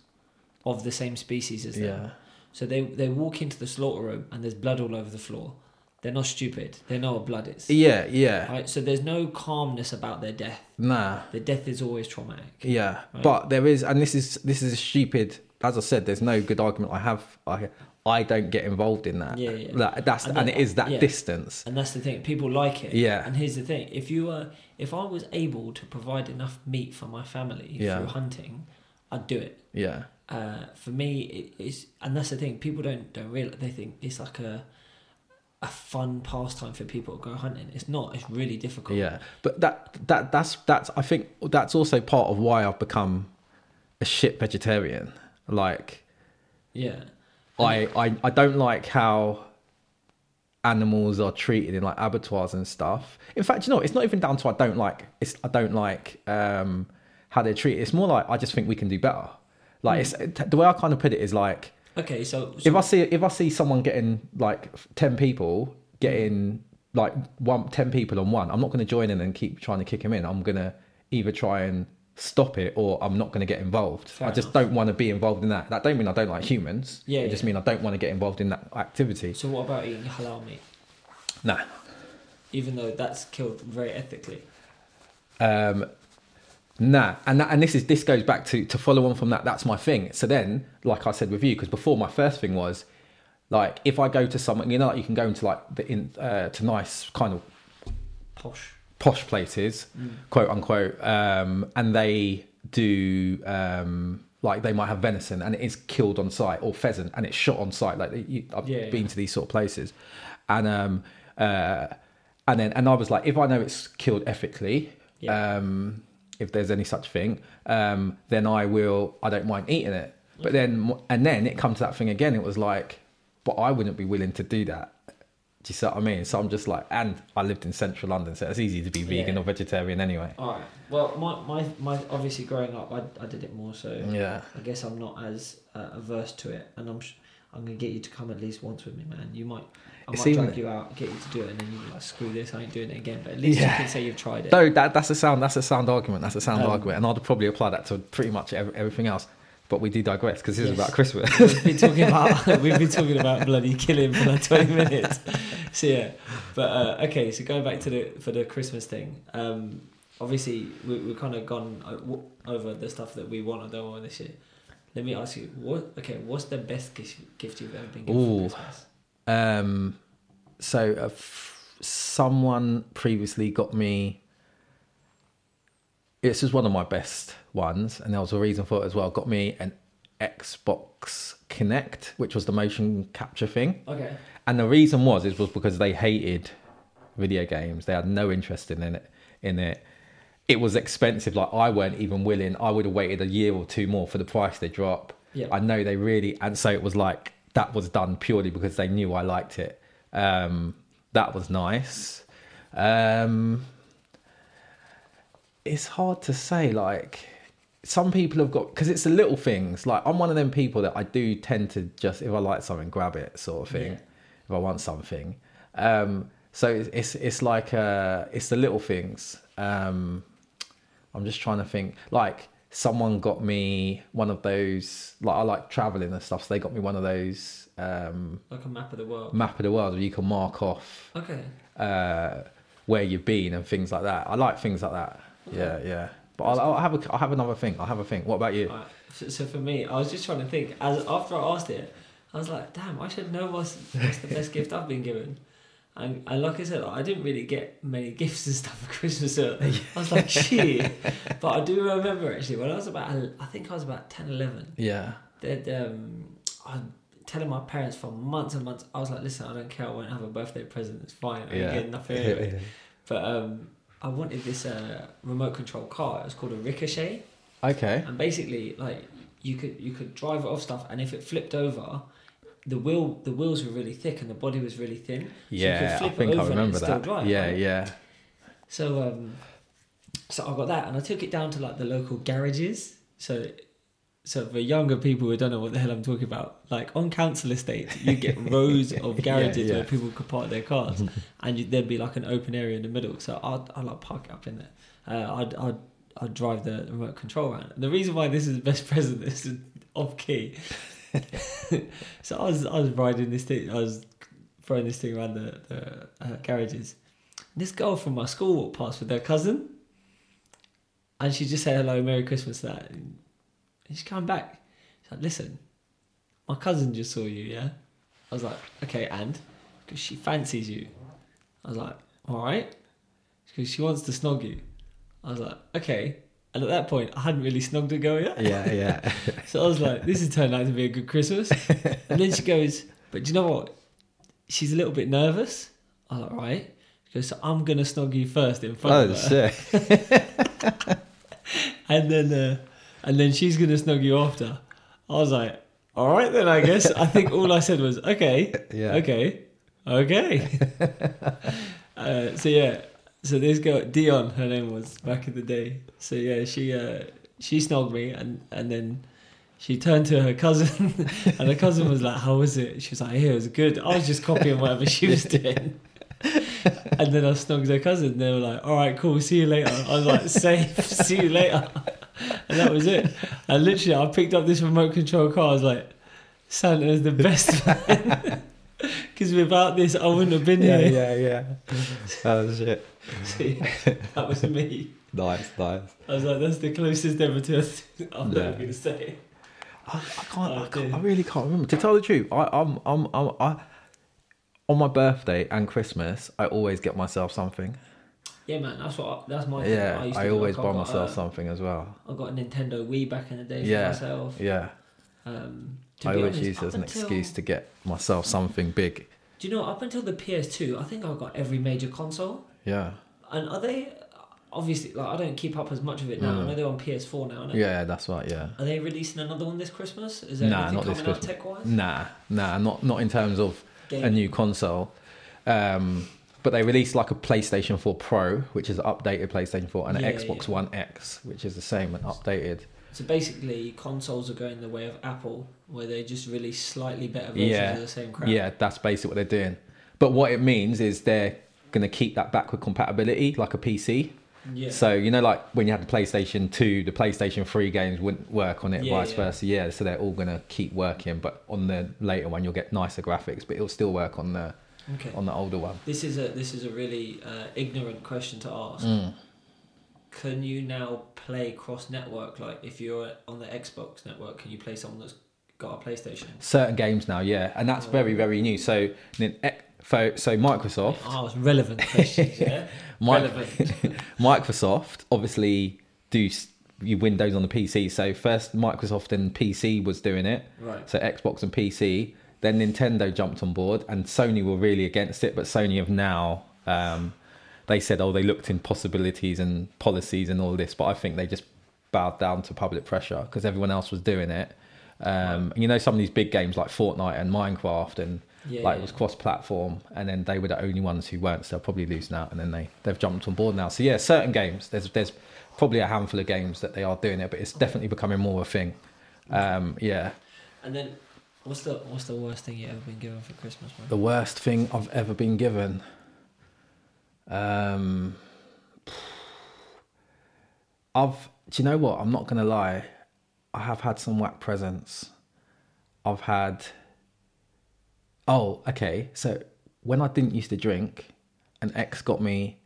Speaker 2: of the same species as them.
Speaker 1: Yeah.
Speaker 2: So they they walk into the slaughter room and there's blood all over the floor. They're not stupid. They know what blood is.
Speaker 1: Yeah. Yeah.
Speaker 2: Right? So there's no calmness about their death.
Speaker 1: Nah.
Speaker 2: Their death is always traumatic.
Speaker 1: Yeah,
Speaker 2: Right.
Speaker 1: but there is, and this is this is a stupid. As I said, there's no good argument I have. I I don't get involved in that.
Speaker 2: Yeah, yeah.
Speaker 1: That, that's
Speaker 2: And
Speaker 1: and,
Speaker 2: that-
Speaker 1: it is that
Speaker 2: yeah.
Speaker 1: distance.
Speaker 2: And that's the thing. People like it.
Speaker 1: Yeah.
Speaker 2: And here's the thing: if you were, if I was able to provide enough meat for my family
Speaker 1: Yeah.
Speaker 2: through hunting, I'd do it.
Speaker 1: Yeah,
Speaker 2: uh, for me it is and that's the thing people don't don't realize they think it's like a a fun pastime for people to go hunting it's not it's really difficult
Speaker 1: yeah. But that that that's that's I think that's also part of why I've become a shit vegetarian. Like
Speaker 2: yeah
Speaker 1: I, I, I don't like how animals are treated in like abattoirs and stuff. In fact, you know, what? it's not even down to I don't like it's I don't like um, how they're treated. It's more like I just think we can do better. Like it's the way I kind of put it is like
Speaker 2: okay so,
Speaker 1: if
Speaker 2: so
Speaker 1: I see if I see someone getting like ten people getting like one 10 people on one, I'm not going to join in and keep trying to kick him in. I'm going to either try and stop it or I'm not going to get involved.
Speaker 2: Fair
Speaker 1: I just
Speaker 2: enough.
Speaker 1: don't want to be involved in that. That don't mean I don't like humans.
Speaker 2: Yeah,
Speaker 1: it just
Speaker 2: yeah.
Speaker 1: mean I don't want to get involved in that activity.
Speaker 2: so what about eating halal meat
Speaker 1: Nah.
Speaker 2: even though that's killed very ethically
Speaker 1: Um, nah, and that, and this is this goes back to to follow on from that. That's my thing. So then, like I said with you, because before my first thing was like if I go to someone, you know, like you can go into like the in uh, to nice kind of
Speaker 2: posh
Speaker 1: posh places,
Speaker 2: Mm.
Speaker 1: quote unquote, um, and they do um, like they might have venison and it is killed on site or pheasant and it's shot on site. Like you, I've
Speaker 2: Yeah,
Speaker 1: been
Speaker 2: yeah.
Speaker 1: to these sort of places, and um, uh, and then and I was like, if I know it's killed ethically,
Speaker 2: Yeah.
Speaker 1: um, if there's any such thing, um, then I will. I don't mind eating it. But then, and then it comes to that thing again. It was like, but I wouldn't be willing to do that. Do you see what I mean? So I'm just like, and I lived in central London, so it's easy to be vegan
Speaker 2: Yeah.
Speaker 1: or vegetarian anyway.
Speaker 2: All right. Well, my, my, my obviously growing up, I, I did it more, so
Speaker 1: Yeah.
Speaker 2: I guess I'm not as uh, averse to it. And I'm sh- I'm gonna get you to come at least once with me, man. You might I
Speaker 1: It's
Speaker 2: might
Speaker 1: even-
Speaker 2: drag you out, get you to do it, and then you're like, screw this, I ain't doing it again. But at least
Speaker 1: Yeah.
Speaker 2: you can say you've tried it.
Speaker 1: No, that, that's a sound. That's a sound argument. That's a sound
Speaker 2: Um,
Speaker 1: argument, and I'd probably apply that to pretty much ev- everything else. But we do digress because this is
Speaker 2: Yes.
Speaker 1: about Christmas.
Speaker 2: we've been talking about we've been talking about bloody killing for like twenty minutes. So yeah, but uh, okay. So going back to the for the Christmas thing, um, obviously we we've kind of gone o- w- over the stuff that we want to do on this year. Let me ask you, what okay? What's the best gift, gift you've ever been given
Speaker 1: Ooh.
Speaker 2: for Christmas?
Speaker 1: Um, so uh, f- someone previously got me. This was one of my best ones, and there was a reason for it as well. Got me an Xbox Connect, which was the motion capture thing,
Speaker 2: Okay.
Speaker 1: and the reason was it was because they hated video games. They had no interest in it. In it, it was expensive. Like I weren't even willing. I would have waited a year or two more for the price they drop.
Speaker 2: Yeah.
Speaker 1: I know they really, and so it was like that was done purely because they knew I liked it. Um, that was nice. Um, it's hard to say. Like some people have got because it's the little things. Like I'm one of them people that I do tend to just if I like something, grab it sort of thing.
Speaker 2: Yeah.
Speaker 1: If I want something, um, so it's it's, it's like uh, it's the little things. Um, I'm just trying to think. Like someone got me one of those. Like I like traveling and stuff, so they got me one of those um,
Speaker 2: Like a map of the world.
Speaker 1: map of the world where you can mark off
Speaker 2: Okay.
Speaker 1: uh, where you've been and things like that. I like things like that. Yeah, yeah. But I'll, I'll have a, I'll have another thing. I'll have a thing. What about you?
Speaker 2: All right. So, so for me, I was just trying to think. As after I asked it, I was like, "Damn, I should know what's, what's the best gift I've been given." And, and like I said, I didn't really get many gifts and stuff for Christmas. So I was like, "Shit!" but I do remember actually when I was about, el- I think I was about 10, 11.
Speaker 1: Yeah,
Speaker 2: That um, I'm telling my parents for months and months. I was like, "Listen, I don't care. I won't have a birthday present. It's fine. I
Speaker 1: Yeah.
Speaker 2: get nothing anyway." But um, I wanted this uh, remote control car. It was called a Ricochet
Speaker 1: okay.
Speaker 2: and basically like you could you could drive it off stuff and if it flipped over the wheel the wheels were really thick and the body was really thin
Speaker 1: Yeah,
Speaker 2: so
Speaker 1: I
Speaker 2: you could flip it
Speaker 1: think
Speaker 2: over
Speaker 1: I
Speaker 2: and
Speaker 1: remember
Speaker 2: it's still
Speaker 1: that.
Speaker 2: dry,
Speaker 1: yeah,
Speaker 2: right?
Speaker 1: yeah.
Speaker 2: so um so i got that and i took it down to like the local garages so so for younger people who don't know what the hell i'm talking about like on council estates you get rows of
Speaker 1: Yeah,
Speaker 2: garages
Speaker 1: yeah.
Speaker 2: where people could park their cars and you, there'd be like an open area in the middle so i'd, I'd like park it up in there uh, I'd, I'd I'd drive the remote control around. And the reason why this is the best present this is off key. so I was I was riding this thing. I was throwing this thing around the the uh, garages. And this girl from my school walked past with her cousin, and she just said hello, Merry Christmas, to that. And she's coming back. She's like, listen, my cousin just saw you. Yeah. I was like, okay, and because she fancies you. I was like, all right, because she wants to snog you. I was like, okay. And at that point, I hadn't really snogged a girl yet.
Speaker 1: Yeah, yeah.
Speaker 2: So I was like, this has turned out to be a good Christmas. And then she goes, but do you know what? She's a little bit nervous. I was like, right. She goes, so I'm going to snog you first in
Speaker 1: oh
Speaker 2: front of her.
Speaker 1: shit!
Speaker 2: And then, uh, and then she's going to snog you after. I was like, all right then, I guess. I think all I said was, okay.
Speaker 1: Yeah.
Speaker 2: Okay. Okay. uh, so yeah. So this girl Dion, her name was back in the day. So yeah, she uh, she snogged me and and then she turned to her cousin and her cousin was like, How was it? She was like, Here, it was good. I was just copying whatever she was doing. and then I snogged her cousin and they were like, Alright, cool, see you later. I was like, safe, see you later. And that was it. And literally I picked up this remote control car, I was like, Santa's the best man. Because without this, I wouldn't have been
Speaker 1: Yeah,
Speaker 2: here.
Speaker 1: yeah, yeah. Oh shit!
Speaker 2: So, yeah, that was me.
Speaker 1: Nice, nice.
Speaker 2: I was like, that's the closest ever to us. I'm
Speaker 1: Yeah.
Speaker 2: not going to say.
Speaker 1: I, I can't.
Speaker 2: Oh,
Speaker 1: I, can't I
Speaker 2: dear.
Speaker 1: really can't remember. To tell the truth, I, I'm, I'm, I'm, I. On my birthday and Christmas, I always get myself something.
Speaker 2: Yeah, man, that's what. Oh, I, that's my. thing.
Speaker 1: Yeah,
Speaker 2: used to
Speaker 1: I
Speaker 2: be
Speaker 1: always
Speaker 2: like,
Speaker 1: buy
Speaker 2: I've got,
Speaker 1: myself
Speaker 2: uh,
Speaker 1: something as well.
Speaker 2: I got a Nintendo Wii back in the day for
Speaker 1: Yeah.
Speaker 2: myself.
Speaker 1: Yeah,
Speaker 2: Um, to
Speaker 1: I
Speaker 2: be
Speaker 1: always
Speaker 2: honest,
Speaker 1: use it
Speaker 2: up
Speaker 1: as an
Speaker 2: until-
Speaker 1: excuse to get myself something big.
Speaker 2: Do you know up until the PS2, I think I got every major console.
Speaker 1: Yeah.
Speaker 2: And are they? obviously like I don't keep up as much of it now. I
Speaker 1: Mm.
Speaker 2: know they're on PS4 now. Aren't they?
Speaker 1: Yeah, that's right. Yeah.
Speaker 2: Are they releasing another one this Christmas? Is there
Speaker 1: Nah,
Speaker 2: anything
Speaker 1: not this
Speaker 2: coming out
Speaker 1: Christmas. Mm.
Speaker 2: tech wise?
Speaker 1: Nah, nah, not not in terms of a
Speaker 2: Game.
Speaker 1: new console. Um, but they released like a PlayStation 4 Pro, which is an updated PlayStation 4, and an
Speaker 2: Yeah,
Speaker 1: Xbox One X, which is the same and updated.
Speaker 2: So basically, consoles are going the way of Apple, where they just release slightly better versions
Speaker 1: Yeah.
Speaker 2: of the same crap.
Speaker 1: Yeah, that's basically what they're doing. But what it means is they're going to keep that backward compatibility like a PC.
Speaker 2: Yeah.
Speaker 1: So, you know, like when you had the PlayStation 2, the PlayStation 3 games wouldn't work on it,
Speaker 2: Yeah,
Speaker 1: vice
Speaker 2: yeah.
Speaker 1: versa. Yeah, so they're all going to keep working. But on the later one, you'll get nicer graphics, but it'll still work on the
Speaker 2: okay.
Speaker 1: on the older one.
Speaker 2: This is a this is a really uh, ignorant question to ask.
Speaker 1: Mm.
Speaker 2: Can you now play cross network? Like if you're on the Xbox network, can you play someone that's got a PlayStation?
Speaker 1: Certain games now, yeah. And that's very, very new. So, nin- e- fo- so Microsoft,
Speaker 2: Oh, it's relevant questions. Yeah.
Speaker 1: Mi-
Speaker 2: relevant.
Speaker 1: Microsoft obviously do s- your Windows on the PC. So first Microsoft and PC was doing it.
Speaker 2: Right.
Speaker 1: So Xbox and PC. Then Nintendo jumped on board, and Sony were really against it. But Sony have now, um, they said, oh, they looked in possibilities and policies and all this. But I think they just bowed down to public pressure because everyone else was doing it. Um, you know, some of these big games like Fortnite and Minecraft, and
Speaker 2: Yeah,
Speaker 1: like
Speaker 2: yeah.
Speaker 1: it was cross-platform, and then they were the only ones who weren't. So they'll probably losing out, and then they they've jumped on board now. So yeah, certain games there's there's probably a handful of games that they are doing it, but it's definitely becoming more a thing. Um, yeah,
Speaker 2: And then, what's the what's the worst thing you've ever been given for Christmas, man?
Speaker 1: The worst thing I've ever been given. Um, I've. Do you know what? I'm not gonna lie. I have had some whack presents. I've had. Oh, okay. So when I didn't used to drink, an ex got me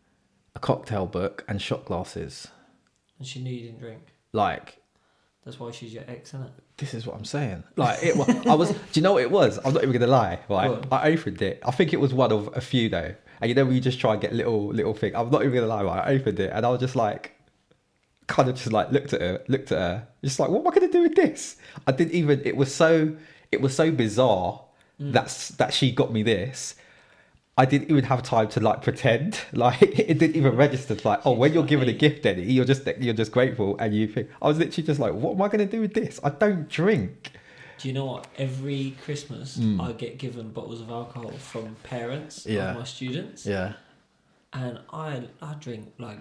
Speaker 1: a cocktail book and shot glasses.
Speaker 2: And she knew you didn't drink.
Speaker 1: Like
Speaker 2: That's why she's your ex, isn't it?
Speaker 1: this is what I'm saying. Like it, wa- I was. Do you know what it was? I'm not even gonna lie. Right,
Speaker 2: Go on.
Speaker 1: I opened it. I think it was one of a few though. And you know, we just try and get little little thing. I'm not even gonna lie. Right, I opened it and I was just like, kind of just like looked at her, looked at her, just like, what am I gonna do with this? I didn't even. It was so. It was so bizarre
Speaker 2: Mm.
Speaker 1: that's that she got me this. I didn't even have time to like pretend. Like it didn't even register. Like, oh, when
Speaker 2: Jesus,
Speaker 1: you're
Speaker 2: like
Speaker 1: given a
Speaker 2: me.
Speaker 1: gift, Eddie, you're just you're just grateful, and you think I was literally just like, what am I going to do with this? I don't drink.
Speaker 2: Do you know what? Every Christmas, I get given bottles of alcohol from parents
Speaker 1: Hmm. Yeah.
Speaker 2: of my students,
Speaker 1: Yeah,
Speaker 2: and I I drink like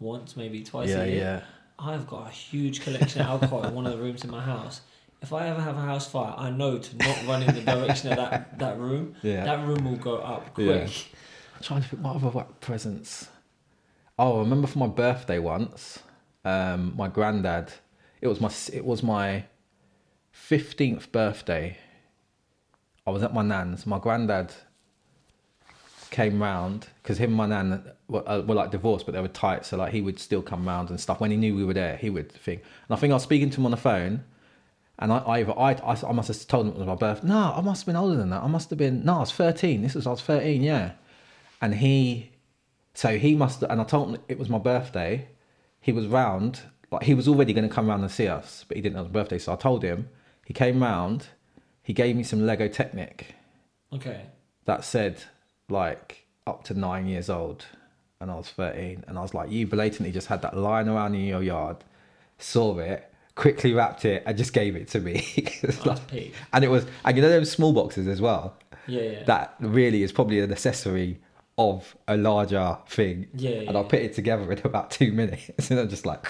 Speaker 2: once, maybe twice a year. I've got a huge collection of alcohol in one of the rooms in my house. If I ever have a house fire, I know to not run in the direction of that, that room.
Speaker 1: Yeah.
Speaker 2: That room will go up quick.
Speaker 1: Yeah. I'm trying to think what other what presents. Oh, I remember for my birthday once, um, my granddad. It was my it was my fifteenth birthday. I was at my nan's. My granddad came round because him and my nan were, uh, were like divorced, but they were tight. So like he would still come round and stuff. When he knew we were there, he would think. And I think I was speaking to him on the phone, and I I either, I, I, I must have told him it was my birth. No, I must have been older than that. I must have been no, I was thirteen. This was I was thirteen, yeah. And he, so he must and I told him it was my birthday. He was round, like he was already going to come round and see us, but he didn't know it was my birthday. So I told him. He came round. He gave me some Lego Technic
Speaker 2: Okay.
Speaker 1: that said like up to nine years old and I was 13 and I was like, you blatantly just had that lying around in your yard, saw it, quickly wrapped it and just gave it to me. It's
Speaker 2: That's
Speaker 1: like-
Speaker 2: peak.
Speaker 1: and it was, and you know, those small boxes as well.
Speaker 2: Yeah, yeah.
Speaker 1: That really is probably an accessory of a larger thing.
Speaker 2: Yeah,
Speaker 1: And
Speaker 2: yeah,
Speaker 1: I put it together in about two minutes and I'm just like,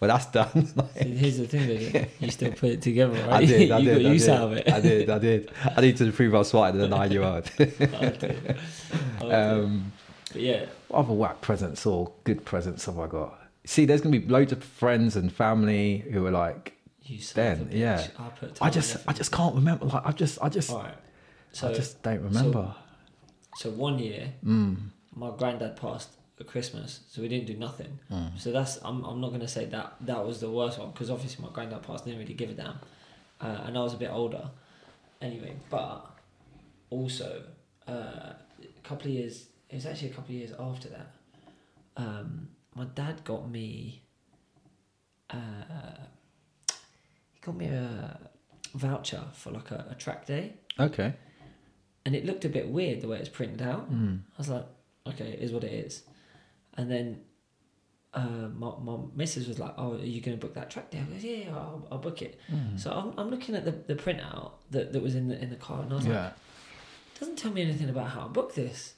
Speaker 1: well, that's done. Like,
Speaker 2: See, Here's the thing, though. You still put it together, right?
Speaker 1: I did, I
Speaker 2: you
Speaker 1: did.
Speaker 2: got
Speaker 1: I
Speaker 2: use
Speaker 1: did,
Speaker 2: out of it.
Speaker 1: I did, I did. I need to prove I was smarter than a nine year old.
Speaker 2: I did. I did.
Speaker 1: Um,
Speaker 2: But yeah,
Speaker 1: What other whack presents or good presents have I got? See, there's gonna be loads of friends and family who are like,
Speaker 2: you son
Speaker 1: then,
Speaker 2: of a bitch.
Speaker 1: yeah.
Speaker 2: I put.
Speaker 1: I just, I just can't remember. Like, I just, I just,
Speaker 2: All right. So
Speaker 1: I just don't remember.
Speaker 2: so one year, my granddad passed at Christmas, so we didn't do nothing. So that's I'm I'm not gonna say that that was the worst one because obviously my granddad passed, didn't really give a damn, uh, and I was a bit older. Anyway, but also uh, a couple of years. It was actually a couple of years after that. Um, my dad got me. Uh, he got me a voucher for like a, a track day
Speaker 1: okay.
Speaker 2: and it looked a bit weird the way it was printed out. I was like, okay, it is what it is. And then uh, uh, my, my missus was like, "Oh, are you going to book that track day?" I goes, "Yeah, yeah, I'll, I'll book it." So I'm, I'm looking at the, the printout that, that was in the in the car, and I was like,
Speaker 1: yeah.
Speaker 2: it "Doesn't tell me anything about how to book this."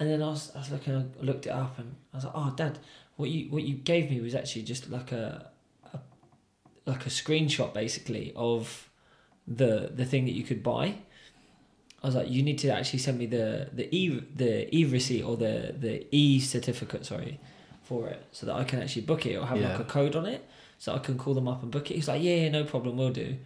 Speaker 2: And then I was, I was looking, I looked it up, and I was like, "Oh, Dad, what you what you gave me was actually just like a, a like a screenshot, basically, of the the thing that you could buy." I was like, "You need to actually send me the the e the e receipt or the the e certificate, sorry, for it, so that I can actually book it or have
Speaker 1: Yeah.
Speaker 2: like a code on it, so I can call them up and book it." He's like, "Yeah, yeah no problem, we'll do."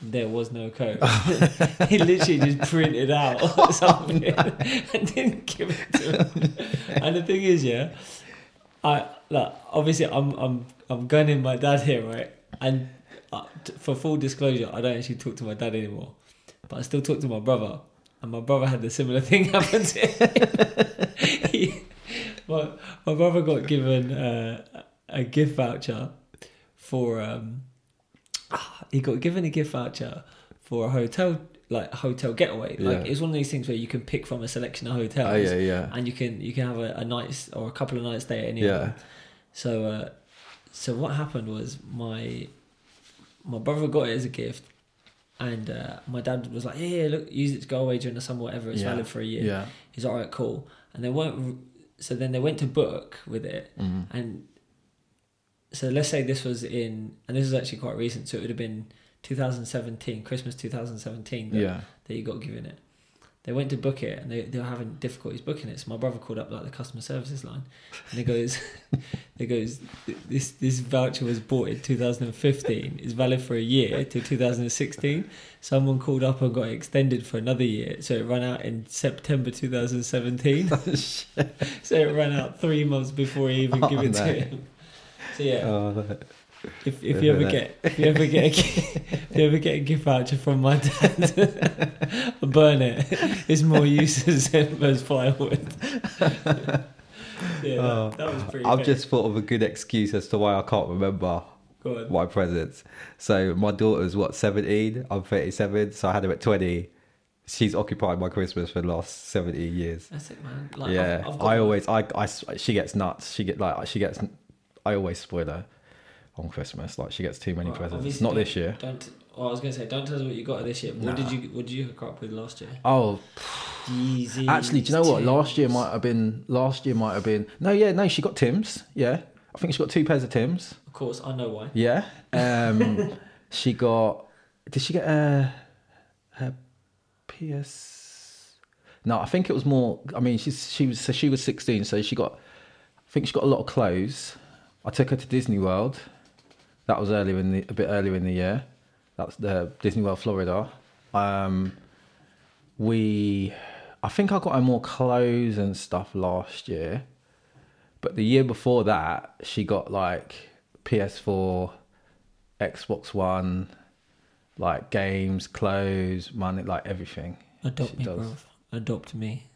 Speaker 2: There was no code. he literally just printed out something and didn't give it to him. and the thing is, yeah, I like obviously I'm I'm I'm gunning my dad here, right? And uh, t- for full disclosure, I don't actually talk to my dad anymore, but I still talk to my brother, and my brother had the similar thing happen to him. He- my, my brother got given uh, a gift voucher for um, he got given a gift voucher for a hotel like hotel getaway. Like
Speaker 1: Yeah.
Speaker 2: it's one of these things where you can pick from a selection of hotels
Speaker 1: Oh, yeah, yeah.
Speaker 2: and you can you can have a, a night or a couple of nights there anyway.
Speaker 1: Yeah.
Speaker 2: So uh, so what happened was my my brother got it as a gift, and uh, my dad was like, "Yeah, yeah, look, use it to go away during the summer, whatever. It's
Speaker 1: Yeah.
Speaker 2: valid for a year."
Speaker 1: Yeah.
Speaker 2: He's like, all right, cool. And they weren't. So then they went to book with it,
Speaker 1: Mm-hmm.
Speaker 2: and so let's say this was in, and this is actually quite recent. So it would have been 2017, Christmas 2017. That,
Speaker 1: Yeah.
Speaker 2: that you got given it. They went to book it, and they they were having difficulties booking it. So my brother called up like the customer services line, and he goes, he goes, this this voucher was bought in 2015. It's valid for a year till 2016 someone called up and got extended for another year, so it ran out in September 2017. so it ran out three months before he even
Speaker 1: Oh,
Speaker 2: gave it
Speaker 1: no.
Speaker 2: to him. So yeah,
Speaker 1: Oh, that-
Speaker 2: if, if
Speaker 1: yeah,
Speaker 2: you ever
Speaker 1: that-
Speaker 2: get if you ever get a, gi- if you ever get a gift voucher from my dad, burn it. It's more useless than as firewood. yeah, that,
Speaker 1: Oh,
Speaker 2: that was pretty.
Speaker 1: I've
Speaker 2: big.
Speaker 1: just thought of a good excuse as to why I can't remember
Speaker 2: Go on.
Speaker 1: my presents. So my daughter's what seventeen. I'm thirty-seven. So I had her at twenty. She's occupied my Christmas for the last seventeen years.
Speaker 2: That's it, man. Like,
Speaker 1: yeah,
Speaker 2: I've, I've got
Speaker 1: I always, I, I s- she gets nuts. She get like, she gets. I always spoil her on Christmas. Like she gets too many
Speaker 2: Well,
Speaker 1: presents.
Speaker 2: obviously
Speaker 1: Not
Speaker 2: don't-
Speaker 1: this year.
Speaker 2: Don't. Well, I was gonna say, don't tell us what you got this year. What
Speaker 1: Nah.
Speaker 2: did you What did you hook up with last year?
Speaker 1: Oh,
Speaker 2: Yeezy.
Speaker 1: actually, do you know what? Last year might have been. Last year might have been. No, yeah, no. She got Tim's. Yeah, I think she got two pairs of Tim's.
Speaker 2: Of course, I know why.
Speaker 1: Yeah. Um, she got. Did she get a, a PS? No, I think it was more. I mean, she's she was so she was sixteen, so she got. I think she got a lot of clothes. I took her to Disney World. That was earlier in the a bit earlier in the year. That's the Disney World Florida. Um, we, I think I got her more clothes and stuff last year. But the year before that, she got like PS4, Xbox One, like games, clothes, money, like everything.
Speaker 2: Adopt
Speaker 1: She
Speaker 2: me,
Speaker 1: does.
Speaker 2: bro. Adopt me.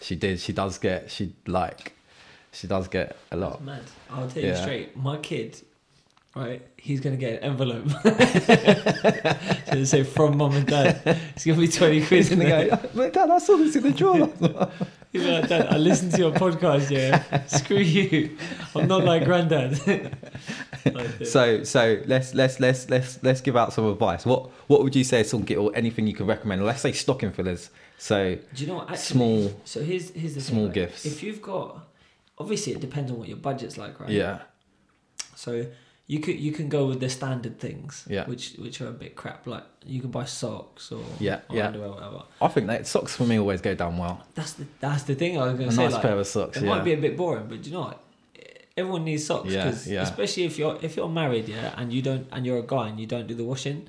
Speaker 1: She did. She does get. She like. She does get a lot.
Speaker 2: That's mad. I'll tell you
Speaker 1: Oh. Yeah.
Speaker 2: straight. My kid, right? He's gonna get an envelope. so say from mum and dad. It's gonna be twenty quid.
Speaker 1: He's
Speaker 2: in
Speaker 1: gonna
Speaker 2: there.
Speaker 1: go. "Look, Dad, I saw this in the drawer.
Speaker 2: He's like, Dad, I listened to your podcast. Yeah, screw you. I'm not like granddad. Like this.
Speaker 1: so so let's let's let's let's let's give out some advice. What what would you say some get or anything you can recommend? Let's say stocking fillers. So
Speaker 2: Do you know what? Actually,
Speaker 1: small.
Speaker 2: So here's here's the thing,
Speaker 1: Small
Speaker 2: right?
Speaker 1: gifts.
Speaker 2: If you've got, obviously, it depends on what your budget's like, right?
Speaker 1: Yeah.
Speaker 2: So you could you can go with the standard things,
Speaker 1: Yeah.
Speaker 2: which which are a bit crap. Like you can buy socks or
Speaker 1: Yeah,
Speaker 2: or
Speaker 1: yeah.
Speaker 2: underwear, or whatever.
Speaker 1: I think that socks for me always go down well.
Speaker 2: That's the that's the thing I was
Speaker 1: A
Speaker 2: gonna
Speaker 1: nice
Speaker 2: say. like,
Speaker 1: pair of socks.
Speaker 2: it
Speaker 1: Yeah.
Speaker 2: might be a bit boring, but do you know what? Everyone needs socks
Speaker 1: Yeah,
Speaker 2: 'cause
Speaker 1: yeah.
Speaker 2: especially if you're if you're married, yeah, and you don't and you're a guy and you don't do the washing.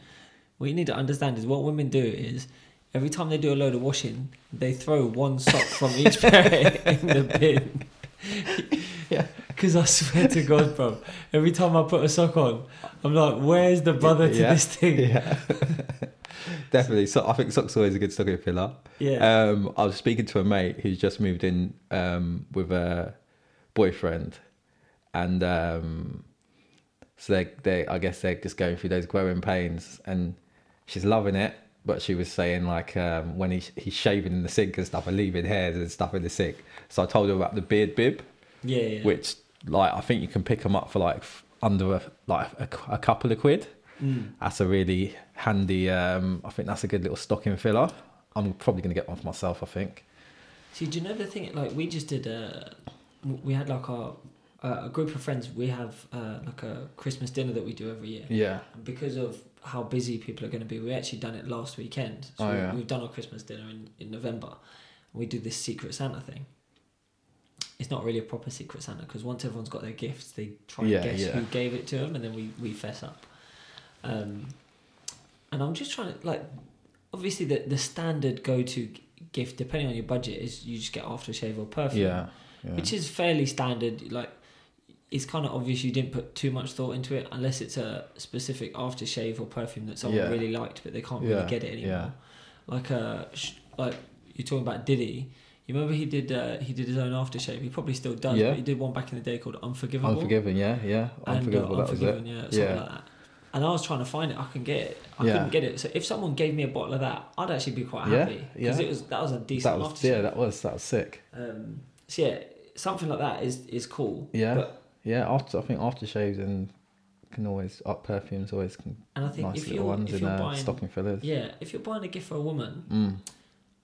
Speaker 2: What you need to understand is what women do is every time they do a load of washing, they throw one sock from each pair in the bin.
Speaker 1: Yeah.
Speaker 2: Because I swear to God, bro, every time I put a sock on, I'm like, where's the brother to
Speaker 1: Yeah.
Speaker 2: this thing?
Speaker 1: yeah. Definitely. So I think socks are always a good stocking filler.
Speaker 2: Yeah.
Speaker 1: Um, I was speaking to a mate who's just moved in um, with a boyfriend, and um, so they, they, I guess they're just going through those growing pains, and she's loving it. But she was saying like um, when he he's shaving in the sink and stuff, and leaving hairs and stuff in the sink. So I told her about the beard bib.
Speaker 2: Yeah, yeah.
Speaker 1: which like I think you can pick them up for like f- under a, like a, c- a couple of quid.
Speaker 2: Mm.
Speaker 1: That's a really handy. Um, I think that's a good little stocking filler. I'm probably going to get one for myself. I think.
Speaker 2: See, do you know the thing? Like, we just did a. We had like our uh, a group of friends. We have uh, like a Christmas dinner that we do every year.
Speaker 1: Yeah.
Speaker 2: And because of how busy people are going to be, we actually done it last weekend. So
Speaker 1: Oh,
Speaker 2: we-
Speaker 1: yeah.
Speaker 2: we've done our Christmas dinner in, in November. We do this Secret Santa thing. It's not really a proper Secret Santa because once everyone's got their gifts, they try and
Speaker 1: Yeah,
Speaker 2: guess
Speaker 1: yeah.
Speaker 2: who gave it to them, and then we, we fess up. Um, and I'm just trying to like, obviously the the standard go to gift depending on your budget is you just get aftershave or perfume
Speaker 1: Yeah. yeah.
Speaker 2: which is fairly standard. Like, it's kind of obvious you didn't put too much thought into it, unless it's a specific aftershave or perfume that someone
Speaker 1: Yeah.
Speaker 2: really liked, but they can't
Speaker 1: Yeah,
Speaker 2: really get it anymore.
Speaker 1: yeah.
Speaker 2: Like uh, sh- like you're talking about Diddy. You remember he did uh, he did his own aftershave. He probably still does.
Speaker 1: Yeah.
Speaker 2: But he did one back in the day called Unforgivable.
Speaker 1: Unforgiven. Yeah. Yeah.
Speaker 2: And, uh,
Speaker 1: Unforgivable. that was it.
Speaker 2: Unforgiven, yeah, something
Speaker 1: Yeah.
Speaker 2: like that. And I was trying to find it. I can get it. I
Speaker 1: Yeah.
Speaker 2: couldn't get it. So if someone gave me a bottle of that, I'd actually be quite
Speaker 1: Yeah,
Speaker 2: happy because
Speaker 1: yeah.
Speaker 2: it was that was a decent
Speaker 1: That was
Speaker 2: aftershave.
Speaker 1: yeah. That was that was sick.
Speaker 2: Um, so yeah, something like that is is cool.
Speaker 1: Yeah.
Speaker 2: But,
Speaker 1: Yeah. After I think aftershaves and can always up perfumes always can,
Speaker 2: and I think
Speaker 1: nice
Speaker 2: if
Speaker 1: little
Speaker 2: you're
Speaker 1: ones
Speaker 2: if
Speaker 1: in
Speaker 2: you're
Speaker 1: uh,
Speaker 2: buying
Speaker 1: stocking fillers.
Speaker 2: yeah if you're buying a gift for a woman,
Speaker 1: Mm.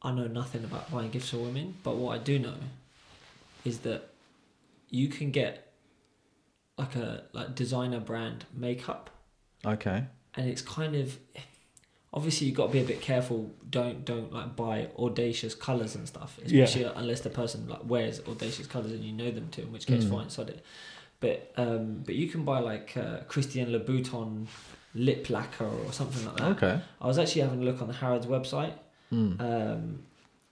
Speaker 2: I know nothing about buying gifts for women, but what I do know is that you can get like a like designer brand makeup,
Speaker 1: Okay.
Speaker 2: and it's kind of obviously you've got to be a bit careful. Don't don't like buy audacious colors and stuff,
Speaker 1: Yeah.
Speaker 2: especially unless the person like wears audacious colors and you know them too, in which case
Speaker 1: Mm.
Speaker 2: fine, sod it. But um, but you can buy like uh, Christian Louboutin lip lacquer or something like that.
Speaker 1: Okay.
Speaker 2: I was actually having a look on the Harrods website,
Speaker 1: Mm.
Speaker 2: um,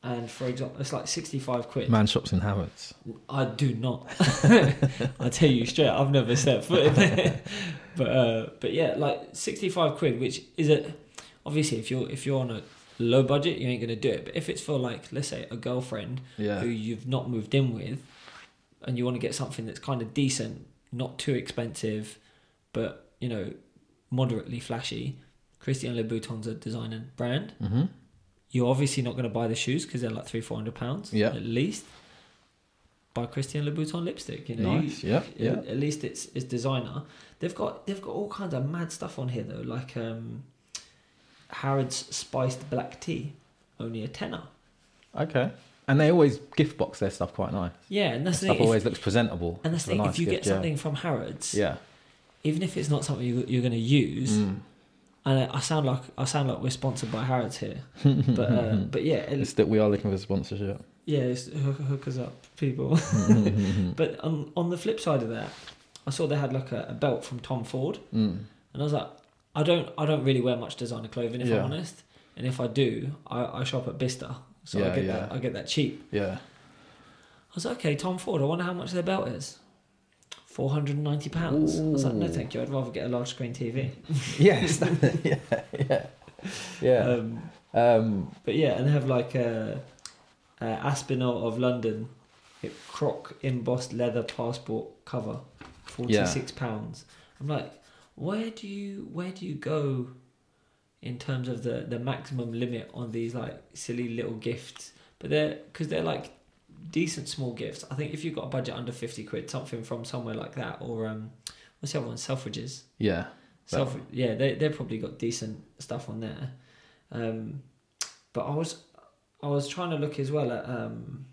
Speaker 2: and for example, it's like sixty-five quid.
Speaker 1: Man shops in Harrods.
Speaker 2: I do not. I tell you straight, I've never set foot in there. but uh, but yeah, like sixty-five quid, which is a obviously if you're if you're on a low budget, you ain't gonna do it. But if it's for like let's say a girlfriend
Speaker 1: Yeah.
Speaker 2: who you've not moved in with, and you want to get something that's kind of decent, not too expensive, but you know moderately flashy. Christian Louboutin's a design and brand
Speaker 1: Mm-hmm.
Speaker 2: you're obviously not going to buy the shoes because they're like three, four hundred pounds
Speaker 1: Yeah.
Speaker 2: at least. Buy Christian Louboutin lipstick, you know.
Speaker 1: Nice. Yeah.
Speaker 2: You-
Speaker 1: Yeah.
Speaker 2: At least it's it's designer. They've got they've got all kinds of mad stuff on here though, like um, Harrods spiced black tea, only a tenner.
Speaker 1: Okay. And they always gift box their stuff quite nice.
Speaker 2: Yeah, and that's the
Speaker 1: Stuff
Speaker 2: thing. If,
Speaker 1: always looks presentable.
Speaker 2: and that's the
Speaker 1: It's a
Speaker 2: thing.
Speaker 1: nice
Speaker 2: if you
Speaker 1: gift,
Speaker 2: get something from Harrods,
Speaker 1: Yeah.
Speaker 2: even if it's not something you, you're going to use,
Speaker 1: Mm.
Speaker 2: and I, I sound like I sound like we're sponsored by Harrods here, but uh, but yeah, at
Speaker 1: It's that we are looking for sponsorship.
Speaker 2: Yeah, it's hook, hook us up, people.
Speaker 1: Mm-hmm,
Speaker 2: but on, on the flip side of that, I saw they had like a, a belt from Tom Ford,
Speaker 1: Mm.
Speaker 2: and I was like, I don't, I don't really wear much designer clothing if
Speaker 1: Yeah.
Speaker 2: I'm honest, and if I do, I, I shop at Bista, so I
Speaker 1: Yeah,
Speaker 2: get
Speaker 1: yeah.
Speaker 2: that, I get that cheap.
Speaker 1: Yeah.
Speaker 2: I was like, okay, Tom Ford, I wonder how much their belt is. Four hundred and ninety pounds. I was like, no,
Speaker 1: Ooh.
Speaker 2: thank you. I'd rather get a large screen TV.
Speaker 1: Yes. yeah. Yeah. Yeah.
Speaker 2: Um,
Speaker 1: Um,
Speaker 2: but yeah, and they have like a, a Aspinall of London, it croc embossed leather passport cover, forty six pounds. I'm like, where do you where do you go, in terms of the the maximum limit on these like silly little gifts? But they're because they're like decent small gifts. I think if you've got a budget under fifty quid, something from somewhere like that or um, what's the other one? Selfridges.
Speaker 1: yeah.
Speaker 2: Self, yeah, they they probably got decent stuff on there, um, but I was I was trying to look as well at um,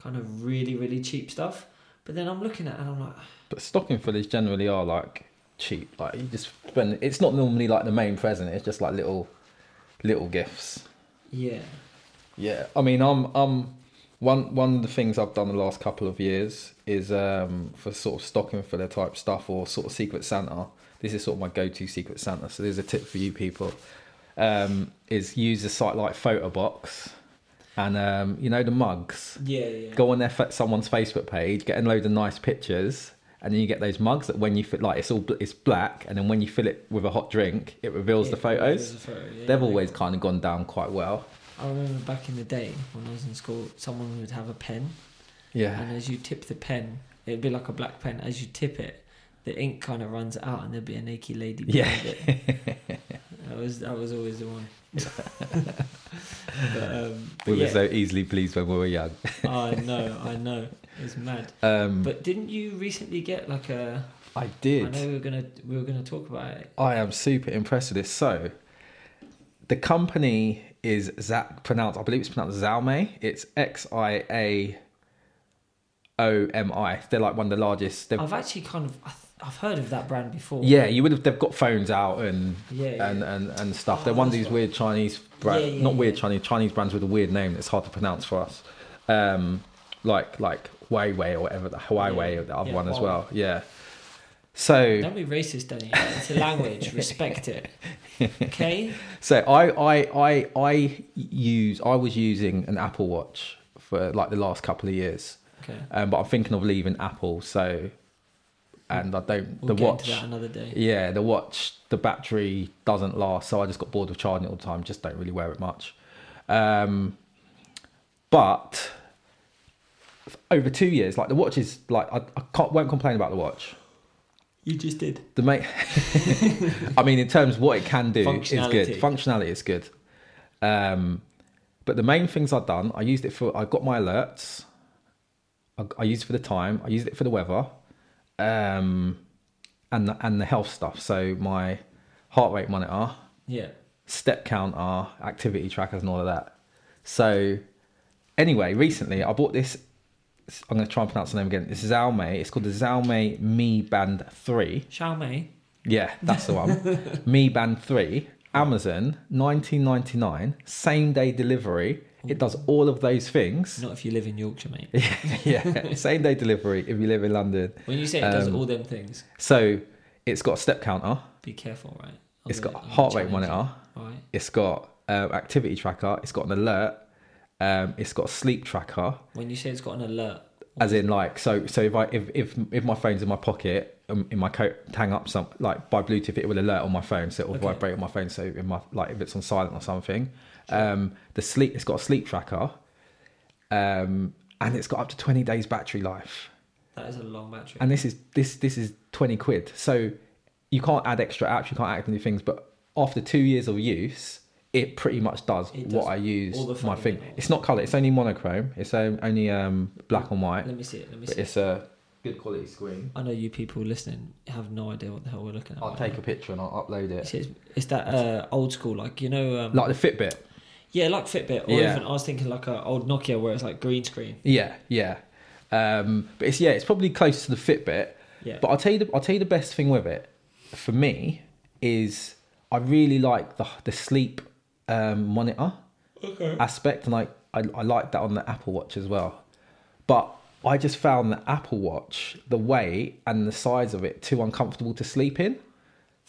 Speaker 2: kind of really really cheap stuff, but then I'm looking at it and I'm like,
Speaker 1: But stocking fillers generally are like cheap. Like you just spend. It's not normally like the main present. It's just like little, little gifts.
Speaker 2: yeah,
Speaker 1: Yeah, I mean, I'm I'm one one of the things I've done the last couple of years is um, for sort of stocking filler type stuff or sort of Secret Santa. This is sort of my go-to Secret Santa. So there's a tip for you people: um, is use a site like PhotoBox, and um, you know the mugs.
Speaker 2: yeah, yeah,
Speaker 1: Go on their fa- someone's Facebook page, get a load of nice pictures, and then you get those mugs that when you fit like it's all bl- it's black, and then when you fill it with a hot drink, it reveals the
Speaker 2: Yeah,
Speaker 1: photos.
Speaker 2: there's a photo, yeah,
Speaker 1: They've
Speaker 2: yeah.
Speaker 1: always kind of gone down quite well.
Speaker 2: I remember back in the day when I was in school, someone would have a pen,
Speaker 1: Yeah.
Speaker 2: and as you tip the pen, it'd be like a black pen. As you tip it, the ink kind of runs out, and there'd be a naked lady.
Speaker 1: Yeah.
Speaker 2: behind it. that was that was always the one. but, um, but
Speaker 1: We were
Speaker 2: yeah.
Speaker 1: so easily pleased when we were young.
Speaker 2: I know, I know, it's mad.
Speaker 1: Um,
Speaker 2: But didn't you recently get like a?
Speaker 1: I
Speaker 2: I
Speaker 1: did.
Speaker 2: know we were gonna we were gonna talk about it.
Speaker 1: I am super impressed with this. So, the company is Zach pronounced. I believe it's pronounced Xiaomi. It's X I A O M I. They're like one of the largest. They've,
Speaker 2: I've actually kind of I th- I've heard of that brand before.
Speaker 1: yeah, you would have. They've got phones out and
Speaker 2: yeah, yeah.
Speaker 1: and and, and stuff.
Speaker 2: Oh,
Speaker 1: They're one of
Speaker 2: that's
Speaker 1: these
Speaker 2: right.
Speaker 1: weird Chinese, bra-
Speaker 2: Yeah, yeah,
Speaker 1: not weird
Speaker 2: yeah.
Speaker 1: Chinese Chinese brands with a weird name that's hard to pronounce for us. Um, like like Huawei or whatever the Huawei
Speaker 2: Yeah,
Speaker 1: or the other
Speaker 2: yeah,
Speaker 1: one as
Speaker 2: Huawei.
Speaker 1: well. Yeah. So
Speaker 2: Don't be racist, Danny. It's a language. Respect it. Okay.
Speaker 1: So I, I I I use I was using an Apple Watch for like the last couple of years,
Speaker 2: Okay.
Speaker 1: um, but I'm thinking of leaving Apple. So, and I don't the
Speaker 2: We'll get into
Speaker 1: watch.
Speaker 2: that another day.
Speaker 1: Yeah, the watch the battery doesn't last, so I just got bored of charging it all the time. Just don't really wear it much. Um, but over two years, like the watch is like I, I can't won't complain about the watch.
Speaker 2: You just did.
Speaker 1: The mate, I mean, in terms of what it can do, it's good.
Speaker 2: Functionality.
Speaker 1: Functionality is good. Um, but the main things I've done, I used it for. I got my alerts. I, I used it for the time. I used it for the weather, um, and the, and the health stuff. So my heart rate monitor,
Speaker 2: Yeah.
Speaker 1: step counter, activity trackers, and all of that. So, anyway, recently I bought this. I'm going to try and pronounce the name again. It's Xiaomi. It's called the Xiaomi Mi Band Three.
Speaker 2: Xiaomi.
Speaker 1: Yeah, that's the one. Mi Band 3, Amazon, 1999, same day delivery. It does all of those things.
Speaker 2: Not if you live in Yorkshire, mate.
Speaker 1: yeah, same day delivery if you live in London.
Speaker 2: When you say it does
Speaker 1: Um,
Speaker 2: all them things,
Speaker 1: So it's got a step counter,
Speaker 2: be careful, right? I'm
Speaker 1: it's got a
Speaker 2: gonna- I'm gonna
Speaker 1: heart rate
Speaker 2: challenge
Speaker 1: monitor,
Speaker 2: you, Right.
Speaker 1: it's got uh, activity tracker, it's got an alert, um, it's got a sleep tracker.
Speaker 2: When you say it's got an alert,
Speaker 1: As in, like, so, so if I if if, if my phone's in my pocket, um, in my coat, hang up some like by Bluetooth, it will alert on my phone, so it will
Speaker 2: Okay.
Speaker 1: vibrate on my phone. So in my like if it's on silent or something, um, the sleep it's got a sleep tracker, um, and it's got up to twenty days battery life.
Speaker 2: that is a long battery.
Speaker 1: And this is this this is twenty quid. So you can't add extra apps, you can't add any things, but after two years of use, it pretty much does,
Speaker 2: It does
Speaker 1: what I use
Speaker 2: all the
Speaker 1: my thing.
Speaker 2: fundamentals.
Speaker 1: It's not color; it's only monochrome. It's um, only um, black and white.
Speaker 2: Let me see it. Let me
Speaker 1: But
Speaker 2: see. It.
Speaker 1: it's a good quality screen.
Speaker 2: I know you people listening have no idea what the hell we're looking at.
Speaker 1: I'll
Speaker 2: right
Speaker 1: take
Speaker 2: now.
Speaker 1: a picture and I'll upload
Speaker 2: It's,
Speaker 1: it.
Speaker 2: it's that uh, old school, like you know, um,
Speaker 1: Like the Fitbit.
Speaker 2: yeah, like Fitbit, or
Speaker 1: Yeah.
Speaker 2: even I was thinking like a old Nokia where it's like green screen.
Speaker 1: Yeah, yeah. Um, but it's yeah, it's probably close to the Fitbit.
Speaker 2: Yeah,
Speaker 1: But I'll tell you, the, I'll tell you the best thing with it for me is I really like the the sleep um, monitor
Speaker 2: okay.
Speaker 1: aspect, and I, I I like that on the Apple Watch as well. But I just found the Apple Watch, the weight and the size of it, too uncomfortable to sleep in.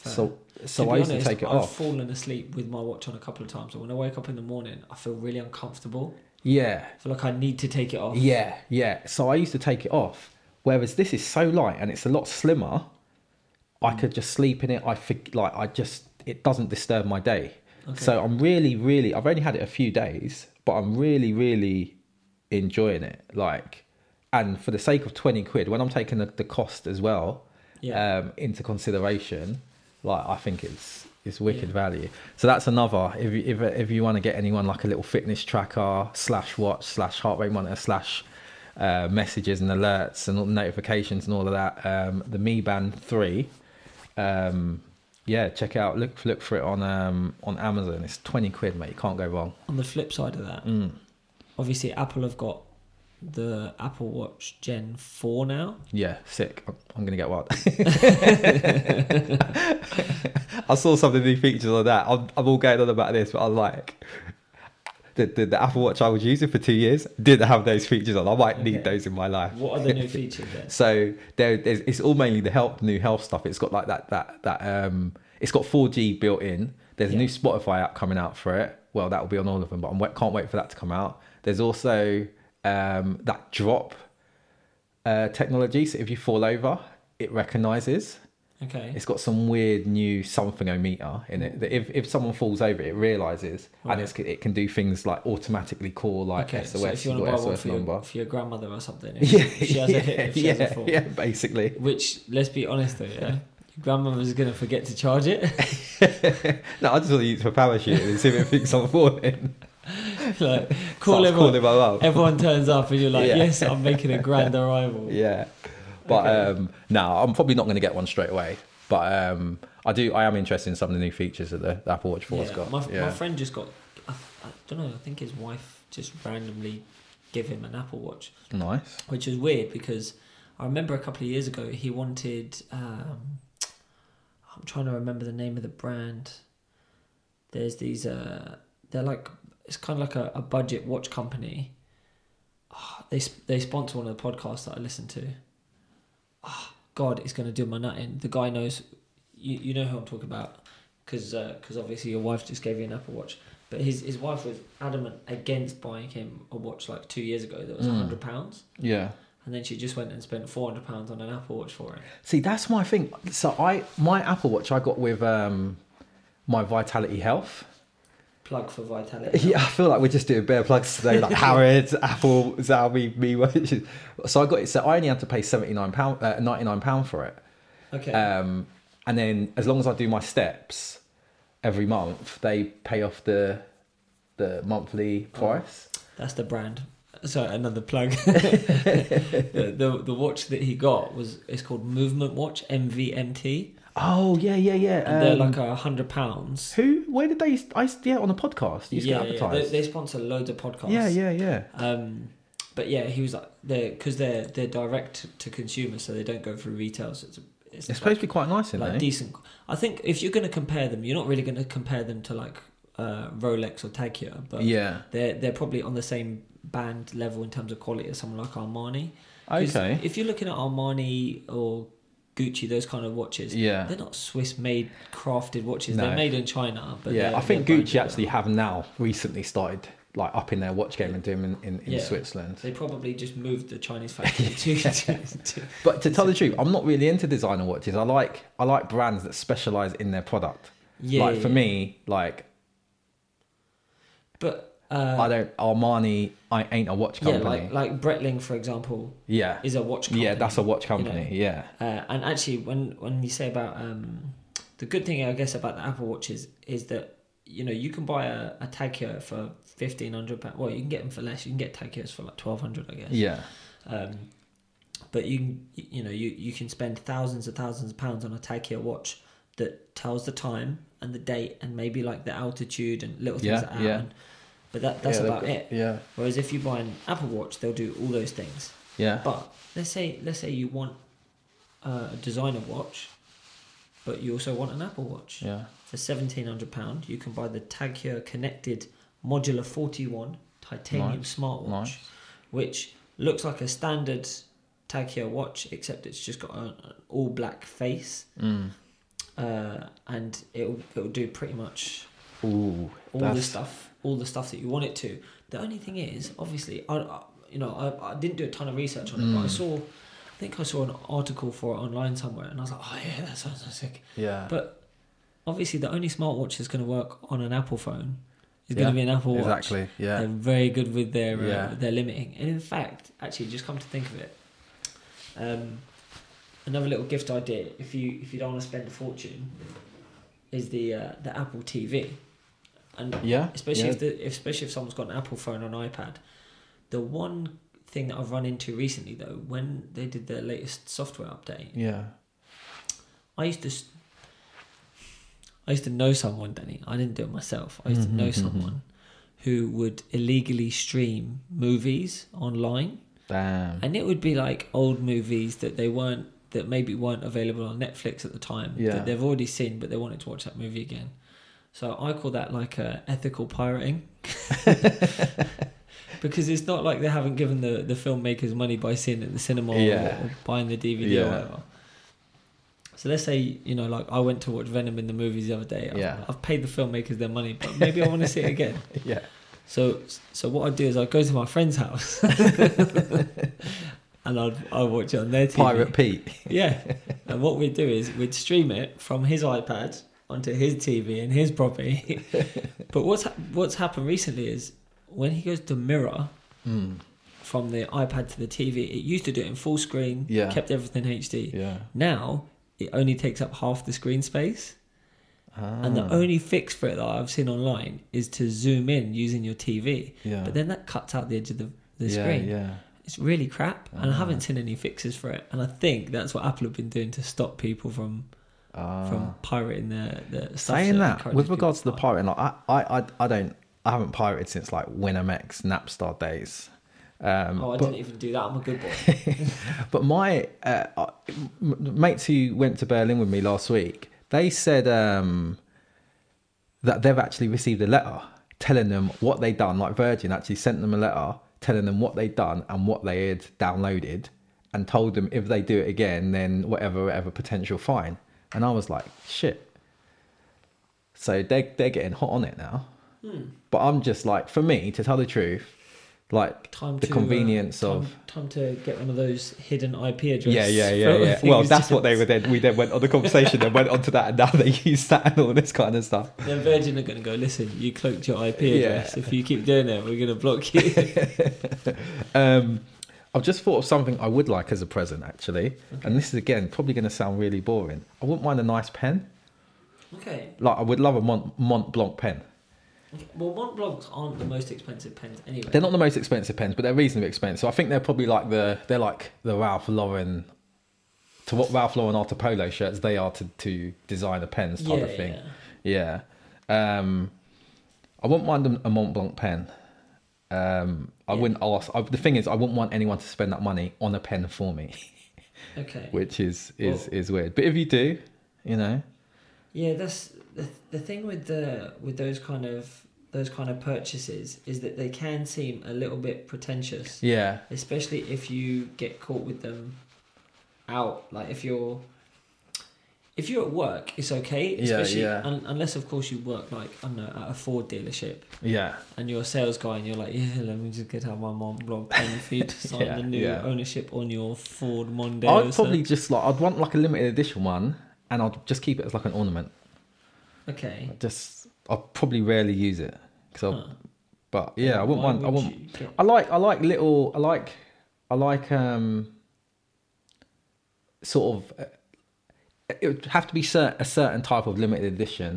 Speaker 1: So so
Speaker 2: be
Speaker 1: I used
Speaker 2: honest,
Speaker 1: to take it
Speaker 2: I've
Speaker 1: off.
Speaker 2: fallen asleep with my watch on a couple of times, and when I wake up in the morning, I feel really uncomfortable.
Speaker 1: yeah,
Speaker 2: I feel like I need to take it off.
Speaker 1: Yeah, yeah. So I used to take it off, whereas this is so light and it's a lot slimmer. I
Speaker 2: Mm.
Speaker 1: could just sleep in it. I think like I just it doesn't disturb my day.
Speaker 2: Okay.
Speaker 1: So I'm really, really. I've only had it a few days, but I'm really, really enjoying it. Like, and for the sake of twenty quid, when I'm taking the, the cost as well
Speaker 2: Yeah.
Speaker 1: um, into consideration, like I think it's it's wicked
Speaker 2: Yeah.
Speaker 1: value. So that's another. If you, if if you want to get anyone like a little fitness tracker slash watch slash heart rate monitor slash uh, messages and alerts and all the notifications and all of that, um, the Mi Band Three, um, yeah, check it out. Look look for it on um, on Amazon. It's twenty quid, mate. You can't go wrong.
Speaker 2: On the flip side of that,
Speaker 1: Mm.
Speaker 2: obviously Apple have got the Apple Watch Gen Four now.
Speaker 1: Yeah, sick. I'm, I'm gonna get one. I saw some of the new features on that. I'm, I'm all going on about this, but I'm like, the, the, the Apple Watch I was using for two years didn't have those features on. I might need
Speaker 2: Okay.
Speaker 1: those in my life.
Speaker 2: What are the new features there?
Speaker 1: So there, there's, it's all mainly the health, new health stuff. It's got like that, that, that. Um, it's got 4G built in. There's a
Speaker 2: Yeah.
Speaker 1: new Spotify app coming out for it. Well, that will be on all of them, but I can't wait for that to come out. There's also um, that drop uh, technology. So if you fall over, it recognizes.
Speaker 2: Okay.
Speaker 1: It's got some weird new something o meter in it that if, if someone falls over, it realizes
Speaker 2: Right.
Speaker 1: and it's, it can do things like automatically call like
Speaker 2: okay.
Speaker 1: SOS
Speaker 2: so if you want to
Speaker 1: or
Speaker 2: buy
Speaker 1: SOS
Speaker 2: one for
Speaker 1: number.
Speaker 2: your, for your grandmother or something, if
Speaker 1: yeah,
Speaker 2: she has
Speaker 1: yeah,
Speaker 2: a hit, if she
Speaker 1: yeah,
Speaker 2: has a fall.
Speaker 1: yeah, basically.
Speaker 2: Which, let's be honest though, yeah, grandmother's gonna forget to charge it.
Speaker 1: No, I just want to use for parachute and see if it thinks I'm falling.
Speaker 2: like call
Speaker 1: Starts
Speaker 2: everyone.
Speaker 1: calling my mum.
Speaker 2: Everyone turns up and you're like,
Speaker 1: Yeah.
Speaker 2: yes, I'm making a grand arrival.
Speaker 1: Yeah. But
Speaker 2: Okay.
Speaker 1: um, no, I'm probably not going to get one straight away. But um, I do. I am interested in some of the new features that the, the Apple Watch Four's
Speaker 2: Yeah,
Speaker 1: got.
Speaker 2: My,
Speaker 1: yeah.
Speaker 2: my friend just got, I, I don't know, I think his wife just randomly gave him an Apple Watch,
Speaker 1: nice.
Speaker 2: which is weird because I remember a couple of years ago he wanted, um, I'm trying to remember the name of the brand. There's these, uh, they're like, it's kind of like a, a budget watch company. Ah, They, sp- they sponsor one of the podcasts that I listen to. Ah, God, it's going to do my nut in. The guy knows, you, you know who I'm talking about because because obviously your wife just gave you an Apple Watch. But his his wife was adamant against buying him a watch like two years ago that was a
Speaker 1: Mm.
Speaker 2: hundred pounds,
Speaker 1: Yeah.
Speaker 2: and then she just went and spent four hundred pounds on an Apple Watch for him.
Speaker 1: See, that's my thing. So I, my Apple Watch, I got with um, my Vitality Health.
Speaker 2: Plug for Vitality.
Speaker 1: Yeah, I feel like we're just doing bare plugs today, like Harrods, Apple, Xiaomi, MeWatch. So I got it. So I only had to pay seventy nine pound, uh, ninety nine pound for it.
Speaker 2: Okay.
Speaker 1: Um, and then as long as I do my steps every month, they pay off the the monthly price.
Speaker 2: That's the brand. Sorry, another plug. the, the the watch that he got was it's called Movement Watch MVMT.
Speaker 1: Oh yeah, yeah,
Speaker 2: And they're
Speaker 1: yeah. Um,
Speaker 2: like a hundred pounds.
Speaker 1: who? Where did they? I used- yeah on a podcast. You used
Speaker 2: Yeah,
Speaker 1: to get
Speaker 2: yeah. They,
Speaker 1: advertised.
Speaker 2: they sponsor loads of podcasts.
Speaker 1: Yeah, yeah, yeah.
Speaker 2: Um, but yeah, he was like they're because they're they're direct to consumer, so they don't go through retail. So it's a, it's,
Speaker 1: It's supposed to be quite nice,
Speaker 2: like,
Speaker 1: isn't
Speaker 2: like
Speaker 1: it?
Speaker 2: decent. I think if you're going to compare them, you're not really going to compare them to like uh, Rolex or Tag Heuer, but
Speaker 1: Yeah.
Speaker 2: they're they're probably on the same band level in terms of quality as someone like Armani. 'Cause
Speaker 1: Okay.
Speaker 2: If you're looking at Armani or Gucci, those kind of watches,
Speaker 1: Yeah.
Speaker 2: they're not Swiss made crafted watches.
Speaker 1: No.
Speaker 2: They're made in China, but
Speaker 1: yeah,
Speaker 2: they're-
Speaker 1: I think
Speaker 2: they're
Speaker 1: Gucci
Speaker 2: branded.
Speaker 1: actually have now recently started like upping their watch game and doing them in, in, in
Speaker 2: Yeah.
Speaker 1: Switzerland.
Speaker 2: They probably just moved the Chinese factory to, to, to
Speaker 1: But to tell the truth, I'm not really into designer watches. I like I like brands that specialize in their product.
Speaker 2: Yeah.
Speaker 1: like for
Speaker 2: yeah.
Speaker 1: me, like
Speaker 2: But uh,
Speaker 1: I don't Armani. I ain't a watch
Speaker 2: yeah,
Speaker 1: company.
Speaker 2: like like Bretling, for example,
Speaker 1: yeah,
Speaker 2: is a watch company.
Speaker 1: yeah, that's a watch company. Yeah,
Speaker 2: Uh, and actually, when when you say about um, the good thing, I guess, about the Apple Watches is that you know you can buy a, a Tag Heuer for fifteen hundred pounds. Well, you can get them for less. You can get Tag Heuers for like twelve hundred, I guess.
Speaker 1: yeah,
Speaker 2: Um, but you can- you know you you can spend thousands and thousands of pounds on a Tag Heuer watch that tells the time and the date and maybe like the altitude and little things
Speaker 1: Yeah,
Speaker 2: like that.
Speaker 1: yeah.
Speaker 2: And- but that that's
Speaker 1: Yeah, they've
Speaker 2: about
Speaker 1: got-
Speaker 2: it.
Speaker 1: Yeah,
Speaker 2: Whereas if you buy an Apple Watch, they'll do all those things.
Speaker 1: yeah,
Speaker 2: But let's say let's say you want uh, a designer watch, but you also want an Apple Watch
Speaker 1: yeah.
Speaker 2: for seventeen hundred pound. You can buy the Tag Heuer Connected Modular Forty One Titanium smartwatch,
Speaker 1: Nice.
Speaker 2: which looks like a standard Tag Heuer watch, except it's just got a- an all black face,
Speaker 1: Mm.
Speaker 2: uh, and it'll it'll do pretty much
Speaker 1: Ooh,
Speaker 2: all the
Speaker 1: that's
Speaker 2: stuff, all the stuff that you want it to. The only thing is, obviously, I, I you know, I, I didn't do a ton of research on it,
Speaker 1: Mm.
Speaker 2: but I saw, I think I saw an article for it online somewhere, and I was like, oh yeah, that sounds so sick.
Speaker 1: yeah.
Speaker 2: But obviously, the only smartwatch that's going to work on an Apple phone is
Speaker 1: Yeah,
Speaker 2: going to be an Apple Watch. um,
Speaker 1: exactly. Yeah,
Speaker 2: They're very good with their uh,
Speaker 1: Yeah.
Speaker 2: their limiting, and in fact, actually, just come to think of it, um, another little gift idea if you if you don't want to spend a fortune, is the uh, the Apple TV, and
Speaker 1: yeah.
Speaker 2: especially
Speaker 1: yeah.
Speaker 2: if the especially if someone's got an Apple phone or an iPad. The one thing that I've run into recently though, when they did their latest software update,
Speaker 1: yeah.
Speaker 2: I used to. s- I used to know someone, Danny. I didn't do it myself. I used to know
Speaker 1: Mhm, mhm, mhm.
Speaker 2: someone who would illegally stream movies online,
Speaker 1: Damn.
Speaker 2: and it would be like old movies that they weren't, that maybe weren't available on Netflix at the time
Speaker 1: Yeah.
Speaker 2: that they've already seen, but they wanted to watch that movie again. So I call that like uh, ethical pirating, because it's not like they haven't given the the filmmakers money by seeing it at the cinema or-
Speaker 1: Yeah.
Speaker 2: or, buying the DVD or
Speaker 1: Yeah.
Speaker 2: whatever. So let's say you know, like I went to watch Venom in the movies the other day. I've,
Speaker 1: Yeah.
Speaker 2: I've paid the filmmakers their money, but maybe I want to see it again.
Speaker 1: yeah.
Speaker 2: So, so what I'd do is I'd go to my friend's house, and I'd I would watch it on their TV.
Speaker 1: Pirate Pete.
Speaker 2: Yeah. And what we'd do is we'd stream it from his iPad onto his TV and his property. but what's ha- what's happened recently is when he goes to mirror
Speaker 1: Mm.
Speaker 2: from the iPad to the TV, it used to do it in full screen,
Speaker 1: Yeah.
Speaker 2: kept everything HD.
Speaker 1: Yeah.
Speaker 2: Now it only takes up half the screen space.
Speaker 1: Ah,
Speaker 2: And the only fix for it that I've seen online is to zoom in using your TV.
Speaker 1: yeah.
Speaker 2: But then that cuts out the edge of the, the
Speaker 1: yeah,
Speaker 2: screen.
Speaker 1: Yeah.
Speaker 2: It's really crap. And I
Speaker 1: Ah.
Speaker 2: haven't seen any fixes for it. And I think that's what Apple have been doing to stop people from,
Speaker 1: Ah.
Speaker 2: from pirating their, their stuff.
Speaker 1: Saying that,
Speaker 2: encourages
Speaker 1: with
Speaker 2: people
Speaker 1: regards to the
Speaker 2: pirate.
Speaker 1: pirating, like, I, I, I, I don't, I haven't pirated since like WinMX, Napstar days. Um,
Speaker 2: Oh, I
Speaker 1: but,
Speaker 2: didn't even do that. I'm a good boy.
Speaker 1: but my uh, uh, m- mates who went to Berlin with me last week, they said um, that they've actually received a letter telling them what they'd done. Like Virgin actually sent them a letter telling them what they'd done and what they had downloaded, and told them if they do it again, then whatever, whatever potential fine. And I was like, shit. So they they're getting hot on it now.
Speaker 2: Hmm,
Speaker 1: But I'm just like, for me, to tell the truth, like
Speaker 2: Time
Speaker 1: the
Speaker 2: to, uh,
Speaker 1: convenience
Speaker 2: time,
Speaker 1: of
Speaker 2: time to get one of those hidden IP addresses.
Speaker 1: yeah, yeah, yeah, yeah. Well, that's what they were then. We then went on the conversation and went on to that, and now they use that and all this kind of stuff.
Speaker 2: Then Virgin are going to go. Listen, you cloaked your IP
Speaker 1: Yeah.
Speaker 2: address. If you keep doing it, we're going to block you.
Speaker 1: Um, I've just thought of something I would like as a present, actually. And this is again probably going to sound really boring. I wouldn't mind a nice pen.
Speaker 2: okay.
Speaker 1: Like I would love a Mont, Mont Blanc pen.
Speaker 2: Well, Mont Blancs aren't the most expensive pens anyway.
Speaker 1: They're not the most expensive pens, but they're reasonably expensive. So I think they're probably like the they're like the Ralph Lauren. To what Ralph Lauren are to polo shirts, they are to, to designer pens type of thing. Yeah. Um, I wouldn't mind a- a Mont Blanc pen. Um, I
Speaker 2: Yeah.
Speaker 1: wouldn't ask. I, the thing is, I wouldn't want anyone to spend that money on a pen for me,
Speaker 2: yeah. Okay.
Speaker 1: which is is
Speaker 2: Well-
Speaker 1: is weird. But if you do, you know,
Speaker 2: Yeah, that's the, the thing with the with those kind of those kind of purchases is that they can seem a little bit pretentious.
Speaker 1: yeah,
Speaker 2: especially if you get caught with them out like if you're if you're at work it's okay
Speaker 1: Yeah,
Speaker 2: especially
Speaker 1: yeah.
Speaker 2: Un- unless of course you work like i don't know at a ford dealership
Speaker 1: yeah,
Speaker 2: and you're a sales guy and you're like yeah let me just get out my mont blanc pen for you to sign
Speaker 1: Yeah,
Speaker 2: the new
Speaker 1: yeah.
Speaker 2: ownership on your ford mondeo
Speaker 1: I'd
Speaker 2: sir."
Speaker 1: probably just like I'd want like a limited edition one, and I'd just keep it as like an ornament.
Speaker 2: okay
Speaker 1: Just I probably rarely use it, 'cause I'll-
Speaker 2: Huh.
Speaker 1: but yeah, I wouldn't
Speaker 2: Why
Speaker 1: want. I
Speaker 2: would
Speaker 1: wouldn't.
Speaker 2: you get-
Speaker 1: I like I like little I like I like um sort of uh, it would have to be cer- a certain type of limited edition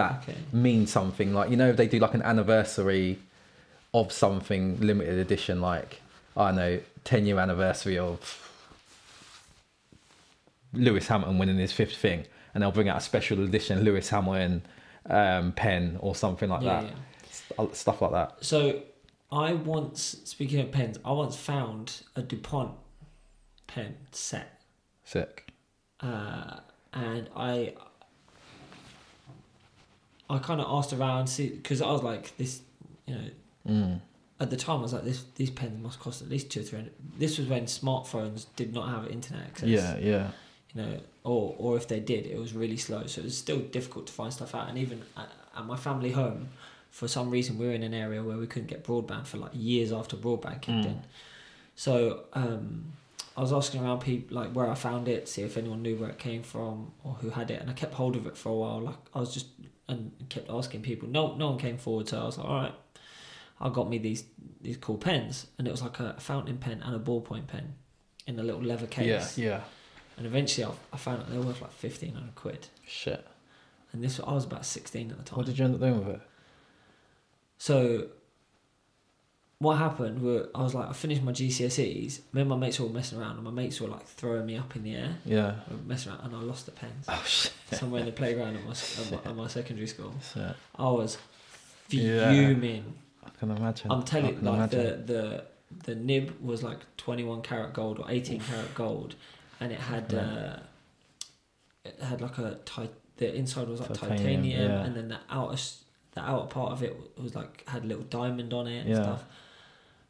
Speaker 1: that
Speaker 2: Okay.
Speaker 1: means something like you know if they do like an anniversary of something limited edition like I don't know 10 year anniversary of Lewis Hamilton winning his fifth thing and they'll bring out a special edition Lewis Hamilton um, pen or something like
Speaker 2: yeah,
Speaker 1: that
Speaker 2: yeah.
Speaker 1: St- uh, stuff like that
Speaker 2: so i once speaking of pens i once found a dupont pen set
Speaker 1: sick
Speaker 2: uh, and I I kind of asked around see because I was like this you know
Speaker 1: mm.
Speaker 2: at the time I was like this these pens must cost at least two or three hundred this was when smartphones did not have internet access
Speaker 1: yeah
Speaker 2: you know or or if they did it was really slow so it was still difficult to find stuff out and even at, at my family home for some reason we were in an area where we couldn't get broadband for like years after broadband kicked
Speaker 1: Mm.
Speaker 2: in so um I was asking around people like where I found it, see if anyone knew where it came from or who had it, and I kept hold of it for a while. Like I was just and kept asking people. No, no one came forward, so I was like, all right, I got me these these cool pens, and it was like a fountain pen and a ballpoint pen in a little leather case.
Speaker 1: Yeah, yeah.
Speaker 2: And eventually, I, I found out they were worth like fifteen hundred quid.
Speaker 1: Shit.
Speaker 2: And this, I was about sixteen at the time.
Speaker 1: What did you end up doing with it?
Speaker 2: so, what happened? Were I was like, I finished my GCSEs. Me and my mates were all messing around, and my mates were like throwing me up in the air,
Speaker 1: Yeah.
Speaker 2: messing around, and I lost the pens
Speaker 1: Oh shit.
Speaker 2: somewhere in the playground at my, at my, at my secondary school.
Speaker 1: Shit.
Speaker 2: I was
Speaker 1: Yeah.
Speaker 2: fuming.
Speaker 1: I can imagine.
Speaker 2: I'm
Speaker 1: I
Speaker 2: telling you,
Speaker 1: can
Speaker 2: like
Speaker 1: oh, imagine.
Speaker 2: the, the the nib was like 21 karat gold or 18 karat gold, and it had
Speaker 1: Yeah.
Speaker 2: uh, it had like a ti- the inside was like titanium,
Speaker 1: Titanium, yeah.
Speaker 2: and then the outer s- the outer part of it was like had a little diamond on it and
Speaker 1: Yeah.
Speaker 2: stuff.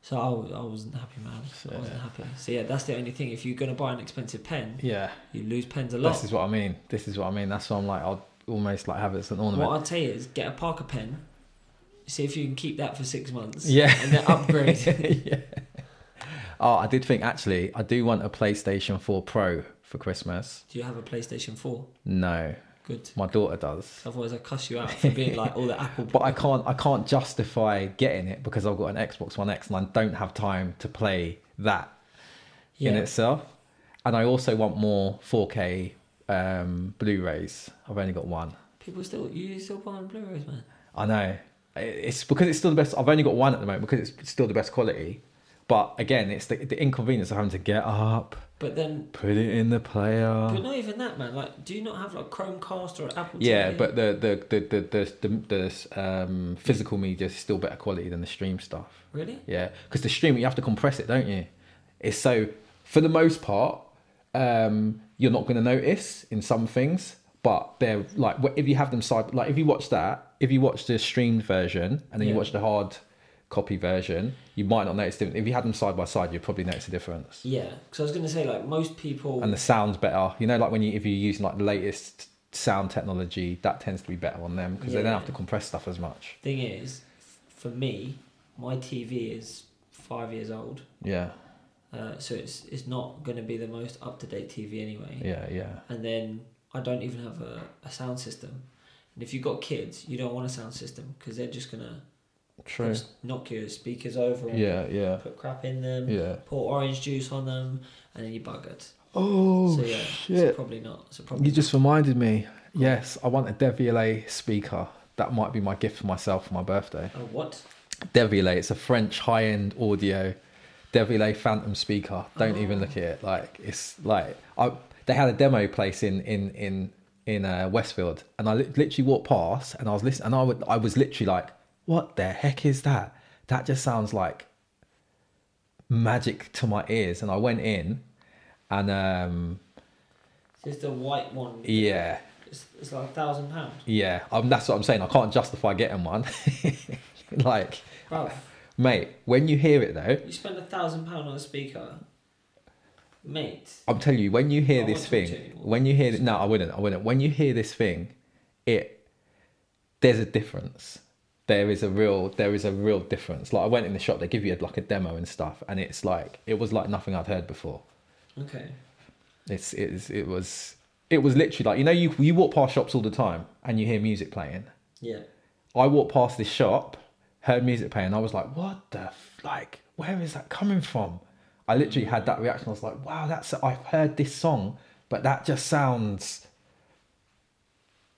Speaker 2: So I, wa- I wasn't happy, man. I
Speaker 1: Yeah.
Speaker 2: wasn't happy. So yeah, that's the only thing. If you're gonna buy an expensive pen,
Speaker 1: Yeah.
Speaker 2: you lose pens a
Speaker 1: This
Speaker 2: lot.
Speaker 1: is what I mean. This is what I mean. That's why I'm like I'll almost like have it as an ornament.
Speaker 2: What I'd say is get a Parker pen. See if you can keep that for six months.
Speaker 1: Yeah.
Speaker 2: and then upgrade.
Speaker 1: yeah. Oh, I did think actually I do want a PlayStation 4 Pro for Christmas.
Speaker 2: Do you have a PlayStation Four?
Speaker 1: No,
Speaker 2: Good.
Speaker 1: my daughter does.
Speaker 2: Otherwise, I cuss you out for being like all the Apple.
Speaker 1: But I can't I can't justify getting it because I've got an Xbox One X and I don't have time to play that
Speaker 2: yeah,
Speaker 1: in itself. And I also want more 4K um, Blu-rays. I've only got one.
Speaker 2: People still you still buy Blu-rays, man.
Speaker 1: I know. It's because it's still the best. I've only got one at the moment because it's still the best quality. But again, it's the, the inconvenience of having to get up,
Speaker 2: But then,
Speaker 1: put it in the player.
Speaker 2: but not even that, man. Like, do you not have like Chromecast or Apple?
Speaker 1: Yeah,
Speaker 2: TV?
Speaker 1: but the the the the the, the, the um, physical media is still better quality than the stream stuff.
Speaker 2: really,
Speaker 1: Yeah, because the stream you have to compress it, don't you? It's so for the most part, um, you're not going to notice in some things, but they're like wh- if you have them side, like if you watch that, if you watch the streamed version and then you
Speaker 2: Yeah.
Speaker 1: watch the hard copy version, you might not notice different. If you had them side by side, you'd probably notice a difference.
Speaker 2: yeah. Because I was gonna say like most people.
Speaker 1: And the sound's better. You know, like when you if you're using like the latest sound technology, that tends to be better on them because they don't
Speaker 2: Yeah.
Speaker 1: have to compress stuff as much.
Speaker 2: thing is, for me, my TV is five years old,
Speaker 1: Yeah,
Speaker 2: uh, so it's it's not going to be the most up to date TV anyway.
Speaker 1: yeah, yeah.
Speaker 2: And then I don't even have a, a sound system. And if you've got kids, you don't want a sound system because they're just gonna
Speaker 1: True.
Speaker 2: just knock your speakers over and
Speaker 1: Yeah, yeah,
Speaker 2: put crap in them,
Speaker 1: yeah.
Speaker 2: pour orange juice on them, and then you buggered.
Speaker 1: Oh
Speaker 2: so yeah,
Speaker 1: shit!
Speaker 2: it's probably not. It's probably
Speaker 1: You just reminded me. Yes, I want a Deviollet speaker. That might be my gift for myself for my birthday.
Speaker 2: a Oh, what?
Speaker 1: Deviollet. It's a French high-end audio Deviollet Phantom speaker. Don't even look at it. Like it's like I. They had a demo place in in in in uh, Westfield, and I li- literally walked past, and I was listening, and I would I was literally like, "What the heck is that? That just sounds like magic to my ears." And I went in, and um
Speaker 2: It's just a white one.
Speaker 1: yeah,
Speaker 2: It's, it's like a thousand pounds.
Speaker 1: Yeah, um, that's what I'm saying. I can't justify getting one. like,
Speaker 2: Bruv.
Speaker 1: mate, when you hear it though,
Speaker 2: You spend a thousand pound on a speaker, mate.
Speaker 1: I'm telling you, when you hear
Speaker 2: I
Speaker 1: this
Speaker 2: won't talk to you
Speaker 1: thing,
Speaker 2: anymore.
Speaker 1: when you hear no, I wouldn't, I wouldn't. When you hear this thing, it there's a difference. There is a real, there is a real difference. Like I went in the shop, they give you like a demo and stuff, and it's like it was like nothing I'd heard before.
Speaker 2: Okay.
Speaker 1: It's it's it was it was literally like you know you you walk past shops all the time and you hear music playing.
Speaker 2: Yeah.
Speaker 1: I walked past this shop, heard music playing, and I was like, "What the f- like? Where is that coming from?" I literally had that reaction. I was like, "Wow, that's I've heard this song, but that just sounds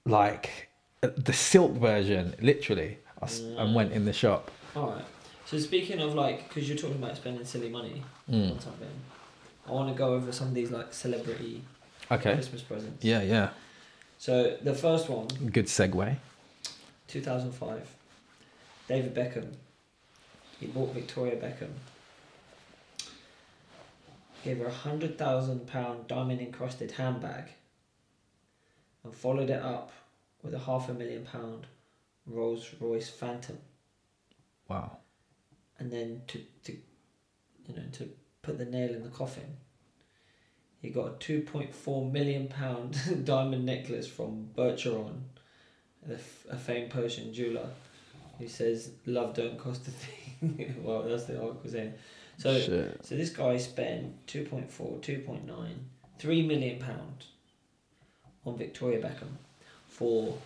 Speaker 1: like uh, the Silk version." Literally, I s- and went in the shop.
Speaker 2: All right. So speaking of like, because you're talking about spending silly money
Speaker 1: Mm.
Speaker 2: on something, I want to go over some of these like celebrity
Speaker 1: Okay.
Speaker 2: Christmas presents.
Speaker 1: Yeah, yeah.
Speaker 2: So the first one,
Speaker 1: Good segue.
Speaker 2: 2005, David Beckham. He bought Victoria Beckham. Gave her a hundred thousand pound diamond encrusted handbag. And followed it up with a half a million pound Rolls Royce Phantom.
Speaker 1: Wow.
Speaker 2: and then to, to you know to put the nail in the coffin he got a 2.4 million pound diamond necklace from Bergeron a, f- a famed Persian jeweler who says love don't cost a thing well that's the article saying so
Speaker 1: Shit.
Speaker 2: so this guy spent 2.4 2.9 3 million pound on Victoria Beckham for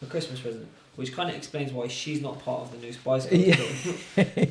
Speaker 2: a Christmas present which kind of explains why she's not part of the new Spice Girls
Speaker 1: Yeah.
Speaker 2: film.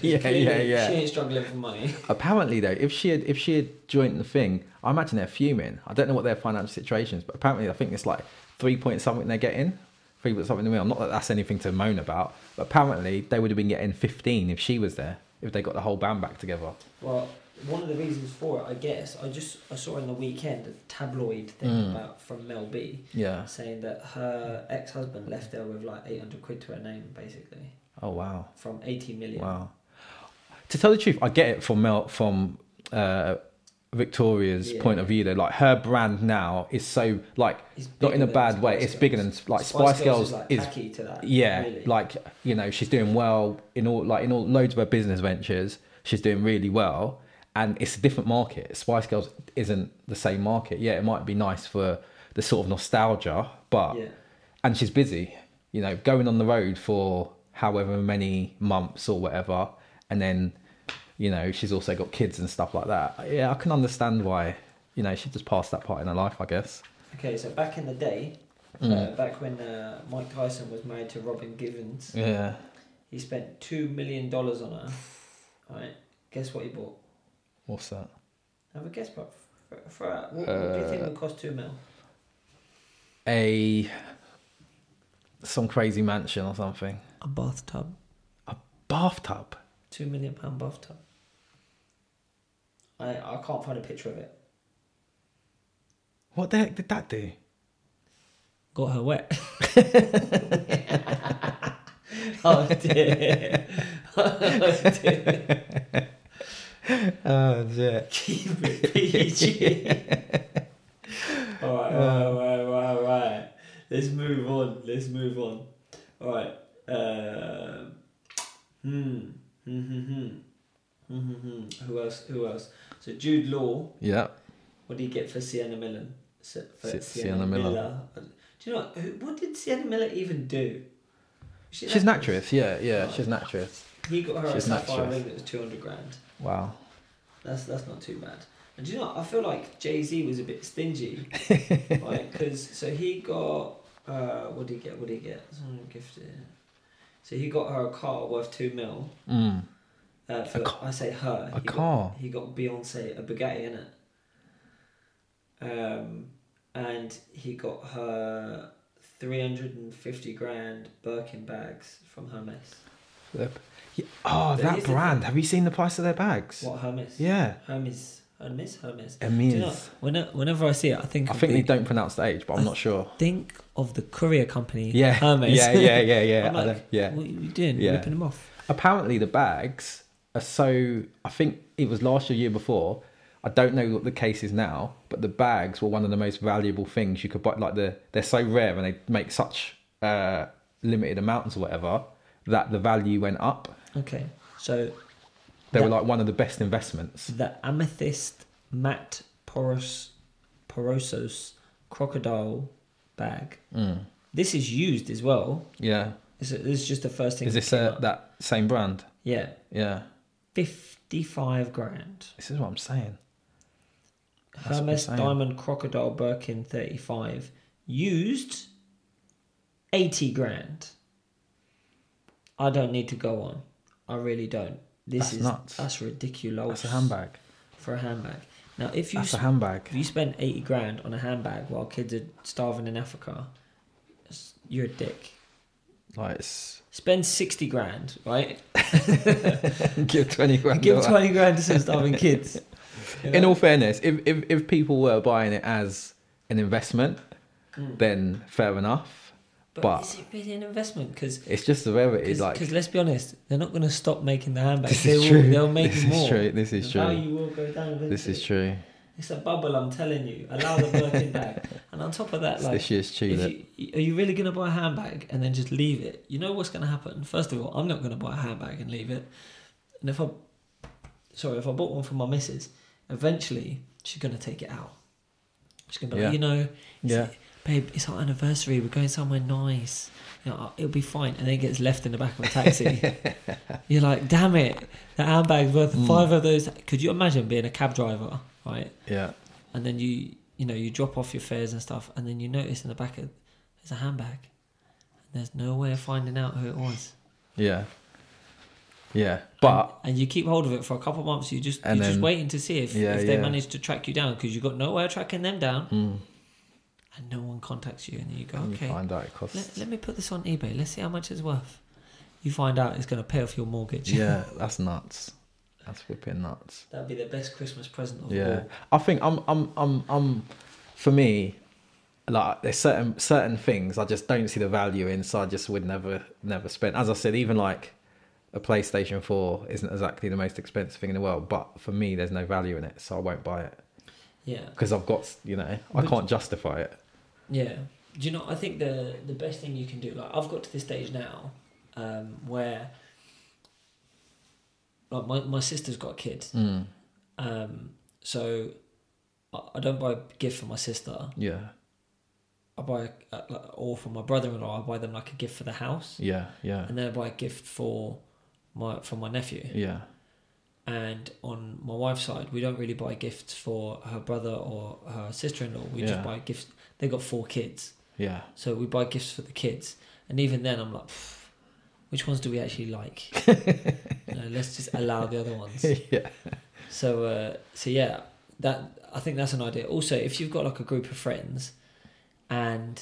Speaker 1: yeah,
Speaker 2: Clearly,
Speaker 1: yeah, yeah.
Speaker 2: She ain't struggling for money.
Speaker 1: Apparently, though, if she had if she had joined the thing, I imagine they're fuming. I don't know what their financial situation is, but apparently, I think it's like three point something they're getting, three point something a meal. Not that that's anything to moan about, but apparently, they would have been getting fifteen if she was there, if they got the whole band back together.
Speaker 2: Well, one of the reasons for it, I guess, I just I saw in the weekend a tabloid thing
Speaker 1: Mm.
Speaker 2: about from Mel B
Speaker 1: Yeah.
Speaker 2: saying that her ex husband left her with like eight hundred quid to her name, basically
Speaker 1: Oh wow,
Speaker 2: from eighty million.
Speaker 1: wow. To tell the truth, I get it from Mel from uh, Victoria's
Speaker 2: Yeah.
Speaker 1: point of view. Though, like her brand now is so like
Speaker 2: It's
Speaker 1: not in
Speaker 2: bigger
Speaker 1: a
Speaker 2: than
Speaker 1: bad way.
Speaker 2: Spice
Speaker 1: It's bigger
Speaker 2: Girls.
Speaker 1: than like Spice, Girls,
Speaker 2: is,
Speaker 1: is
Speaker 2: like, tacky to that.
Speaker 1: yeah
Speaker 2: really.
Speaker 1: like you know she's doing well in all like in all loads of her business ventures she's doing really well and it's a different market spice girls isn't the same market yeah it might be nice for the sort of nostalgia but
Speaker 2: yeah.
Speaker 1: and she's busy you know going on the road for however many months or whatever and then you know she's also got kids and stuff like that yeah i can understand why you know she just passed that part in her life i guess
Speaker 2: Okay, so back in the day,
Speaker 1: Hmm.
Speaker 2: uh, back when uh, Mike Tyson was married to Robin Givens,
Speaker 1: yeah
Speaker 2: he spent two million dollars on her. Right, guess what he bought.
Speaker 1: what's that
Speaker 2: Have a guess, bro. For, for, what, what do you think it would cost two mil?
Speaker 1: a some crazy mansion or something.
Speaker 2: A bathtub.
Speaker 1: A bathtub.
Speaker 2: Two million pound bathtub. I I can't find a picture of it.
Speaker 1: What the heck did that do?
Speaker 2: Got her wet. oh dear. Oh dear.
Speaker 1: Oh shit.
Speaker 2: Keep it PG. alright, alright, alright, alright, alright. Let's move on. Let's move on. Alright. Um hmm. Hmm, hmm, hmm. Hmm, hmm, hmm. Who else? Who else? So Jude Law.
Speaker 1: Yeah.
Speaker 2: What do you get for Sienna Miller? Si- For
Speaker 1: Si- Sienna Miller.
Speaker 2: Do you know what, who, what did Sienna Miller even do? She's,
Speaker 1: She's an actress. Yeah, yeah. She's an actress.
Speaker 2: He got her
Speaker 1: She's
Speaker 2: a
Speaker 1: an
Speaker 2: sapphire
Speaker 1: actress.
Speaker 2: ring that was two hundred grand.
Speaker 1: Wow.
Speaker 2: That's that's not too bad. And do you know, what? I feel like Jay Z was a bit stingy, like because so he got uh, what did he get? What did he get? Someone gifted. So he got her a car worth two mil.
Speaker 1: Mm.
Speaker 2: Uh, for,
Speaker 1: A ca-
Speaker 2: I say her.
Speaker 1: a
Speaker 2: he
Speaker 1: car?
Speaker 2: Got, he got Beyonce a Bugatti in it. Um, and he got her three hundred and fifty grand Birkin bags from Hermes.
Speaker 1: Flip. Yeah. Oh,
Speaker 2: There
Speaker 1: that
Speaker 2: is a-
Speaker 1: brand. Have you seen the price of their bags?
Speaker 2: What Hermes?
Speaker 1: Yeah.
Speaker 2: Hermes. Hermes. Hermes. Do you know,
Speaker 1: Emirs.
Speaker 2: whenever, whenever I see it, I think
Speaker 1: I
Speaker 2: of
Speaker 1: think
Speaker 2: the-
Speaker 1: they don't pronounce the H, but I'm not sure.
Speaker 2: think of the courier company.
Speaker 1: Yeah.
Speaker 2: Hermes.
Speaker 1: Yeah, yeah, yeah, yeah.
Speaker 2: I'm
Speaker 1: I
Speaker 2: like,
Speaker 1: know, yeah.
Speaker 2: What are you doing?
Speaker 1: Yeah.
Speaker 2: Ripping them off.
Speaker 1: Apparently, the bags are so. I think it was last year, year before. I don't know what the case is now, but the bags were one of the most valuable things you could buy. Like the, they're so rare and they make such uh, limited amounts or whatever that the value went up.
Speaker 2: Okay. So
Speaker 1: They were
Speaker 2: That-
Speaker 1: like one of the best investments.
Speaker 2: the amethyst matte porous porosos crocodile bag.
Speaker 1: Mm.
Speaker 2: This is used as well.
Speaker 1: Yeah.
Speaker 2: This is, this is just the first thing.
Speaker 1: Is
Speaker 2: that
Speaker 1: this
Speaker 2: came
Speaker 1: uh,
Speaker 2: up.
Speaker 1: that same brand?
Speaker 2: Yeah,
Speaker 1: Yeah.
Speaker 2: fifty-five grand.
Speaker 1: This is what I'm saying. That's what I'm
Speaker 2: Hermes
Speaker 1: saying.
Speaker 2: diamond crocodile Birkin thirty-five used. Eighty grand. I don't need to go on. I really don't. This
Speaker 1: That's
Speaker 2: is
Speaker 1: nuts.
Speaker 2: that's ridiculous.
Speaker 1: That's a handbag.
Speaker 2: for a handbag. Now, if you
Speaker 1: That's a
Speaker 2: sp-
Speaker 1: handbag.
Speaker 2: if you spend eighty grand on a handbag while kids are starving in Africa, s- you're a dick.
Speaker 1: Like it's
Speaker 2: Spend sixty grand, right?
Speaker 1: give twenty grand.
Speaker 2: Give
Speaker 1: away.
Speaker 2: twenty grand to some starving kids. You
Speaker 1: In
Speaker 2: know?
Speaker 1: all fairness, if, if if people were buying it as an investment,
Speaker 2: Mm.
Speaker 1: then fair enough.
Speaker 2: but,
Speaker 1: but-
Speaker 2: is it really an investment? Because
Speaker 1: It's just the rarity. Like
Speaker 2: because let's be honest, they're not going to stop making the
Speaker 1: this
Speaker 2: handbags. They
Speaker 1: is
Speaker 2: will,
Speaker 1: true.
Speaker 2: they'll make
Speaker 1: This
Speaker 2: more.
Speaker 1: is true. This is
Speaker 2: the
Speaker 1: true.
Speaker 2: value will go down. Eventually.
Speaker 1: This is true.
Speaker 2: It's a bubble. I'm telling you. Allow the Birkin bag. And on top of that,
Speaker 1: It's
Speaker 2: like
Speaker 1: this year's tulip.
Speaker 2: If you, are you really going to buy a handbag and then just leave it? You know what's going to happen. First of all, I'm not going to buy a handbag and leave it. And if I, sorry, if I bought one for my missus, eventually she's going to take it out. She's going to be
Speaker 1: Yeah.
Speaker 2: like, you know, it's-
Speaker 1: Yeah.
Speaker 2: babe, it's our anniversary. We're going somewhere nice. You know, it'll be fine. And then it gets left in the back of a taxi. You're like, damn it, that handbag's worth
Speaker 1: Mm.
Speaker 2: five of those. Could you imagine being a cab driver, right?
Speaker 1: Yeah.
Speaker 2: and then you you know you drop off your fares and stuff and then you notice in the back of there's a handbag and there's no way of finding out who it was
Speaker 1: Yeah. Yeah. But
Speaker 2: and, and you keep hold of it for a couple of months you just you're
Speaker 1: And
Speaker 2: just
Speaker 1: then-
Speaker 2: waiting to see if,
Speaker 1: Yeah,
Speaker 2: if they
Speaker 1: yeah.
Speaker 2: manage to track you down because you've got no way of tracking them down
Speaker 1: mm,
Speaker 2: and no one contacts you and then you go
Speaker 1: let me
Speaker 2: okay
Speaker 1: find out it
Speaker 2: let,
Speaker 1: costs.
Speaker 2: let me put this on ebay let's see how much it's worth you find out it's going to pay off your mortgage
Speaker 1: yeah, that's nuts. That's whipping nuts.
Speaker 2: that'd be the best christmas present of
Speaker 1: Yeah,
Speaker 2: all
Speaker 1: I think I'm, I'm, I'm, I'm. For me, like there's certain certain things I just don't see the value in, so I just would never never spend. As I said, even like a PlayStation Four isn't exactly the most expensive thing in the world, but for me, there's no value in it, so I won't buy it
Speaker 2: yeah
Speaker 1: because I've got you know I
Speaker 2: But-
Speaker 1: can't justify it.
Speaker 2: Yeah. Do you know? I think the the best thing you can do, like I've got to this stage now, um, where like my my sister's got a kid,
Speaker 1: Mm,
Speaker 2: um, so I, I don't buy a gift for my sister.
Speaker 1: yeah,
Speaker 2: I buy a, like, or for my brother in law, I buy them like a gift for the house,
Speaker 1: yeah, yeah,
Speaker 2: and then I buy a gift for my for my nephew.
Speaker 1: yeah,
Speaker 2: And on my wife's side, we don't really buy gifts for her brother or her sister in law. We
Speaker 1: Yeah.
Speaker 2: just buy gifts. They got four kids.
Speaker 1: yeah.
Speaker 2: So we buy gifts for the kids, and even then, I'm like, "Pff, which ones do we actually like? You know, let's just allow the other ones.
Speaker 1: yeah,
Speaker 2: So, uh, so yeah, that I think that's an idea. Also, if you've got like a group of friends, and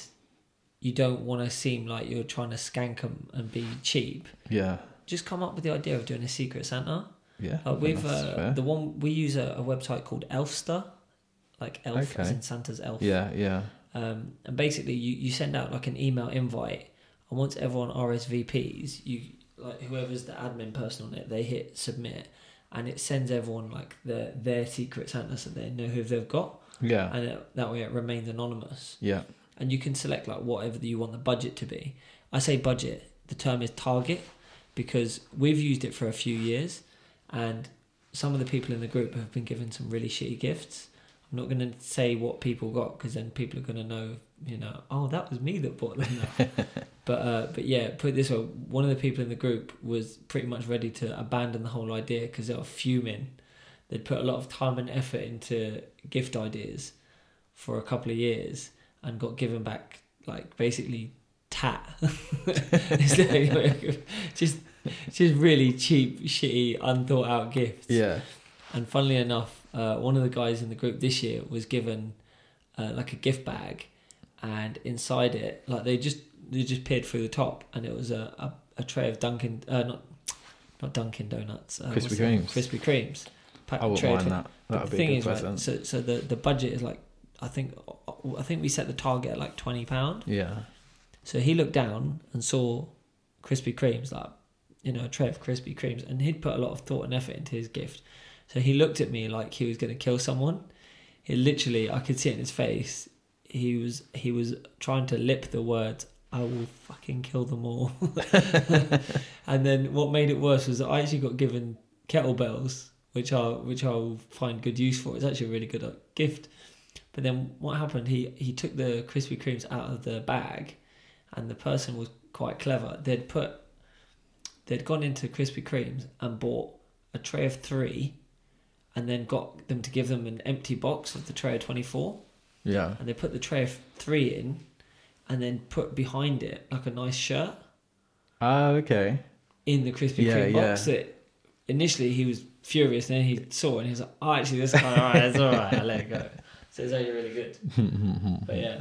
Speaker 2: you don't want to seem like you're trying to skank 'em and be cheap,
Speaker 1: Yeah.
Speaker 2: just come up with the idea of doing a secret Santa.
Speaker 1: Yeah. I think
Speaker 2: Like we've
Speaker 1: that's
Speaker 2: uh,
Speaker 1: fair.
Speaker 2: the one we use a, a website called Elfster, like Elf as
Speaker 1: Okay.
Speaker 2: in Santa's Elf.
Speaker 1: Yeah. Yeah.
Speaker 2: Um, and basically, you, you send out like an email invite, and once everyone RSVPs, you like whoever's the admin person on it, they hit submit, and it sends everyone like their their secret Santa so they know who they've got,
Speaker 1: Yeah.
Speaker 2: and it, that way it remains anonymous.
Speaker 1: Yeah.
Speaker 2: And you can select like whatever you want the budget to be. I say budget. The term is target because we've used it for a few years, and some of the people in the group have been given some really shitty gifts. I'm not going to say what people got because then people are going to know, you know, oh that was me that bought them. that." but uh, but yeah, put it this way: one of the people in the group was pretty much ready to abandon the whole idea because they were fuming. They'd put a lot of time and effort into gift ideas for a couple of years and got given back like basically tat. It's like- just just really cheap, shitty, unthought out gifts.
Speaker 1: Yeah.
Speaker 2: And funnily enough, uh, one of the guys in the group this year was given uh, like a gift bag, and inside it, like they just they just peered through the top, and it was a a, a tray of Dunkin' uh, not not Dunkin' donuts, uh,
Speaker 1: Krispy
Speaker 2: what's that?
Speaker 1: Kremes.
Speaker 2: Krispy Kremes. Packed
Speaker 1: I wouldn't
Speaker 2: tray
Speaker 1: mind
Speaker 2: for-
Speaker 1: that.
Speaker 2: but
Speaker 1: That would be a good
Speaker 2: like,
Speaker 1: present.
Speaker 2: so so the the budget is like I think I think we set the target at like twenty pound.
Speaker 1: yeah.
Speaker 2: So he looked down and saw Krispy Kremes, like, you know, a tray of Krispy Kremes, and he'd put a lot of thought and effort into his gift. So he looked at me like he was going to kill someone. He literally, I could see it in his face. He was he was trying to lip the words, "I will fucking kill them all." and then what made it worse was that I actually got given kettlebells, which are which I'll find good use for. It's actually a really good uh, gift. But then what happened? He he took the Krispy Kremes out of the bag, and the person was quite clever. They'd put, they'd gone into Krispy Kremes and bought a tray of three, and then got them to give them an empty box of the tray of twenty-four,
Speaker 1: Yeah.
Speaker 2: and they put the tray of three in, and then put behind it like a nice shirt
Speaker 1: Oh, okay.
Speaker 2: in the Krispy
Speaker 1: Yeah,
Speaker 2: Kreme
Speaker 1: yeah.
Speaker 2: box. That initially he was furious, and then he saw it and he was like, "Oh, actually, this is kind of alright. It's alright. I let it go." So it's actually really good. But yeah.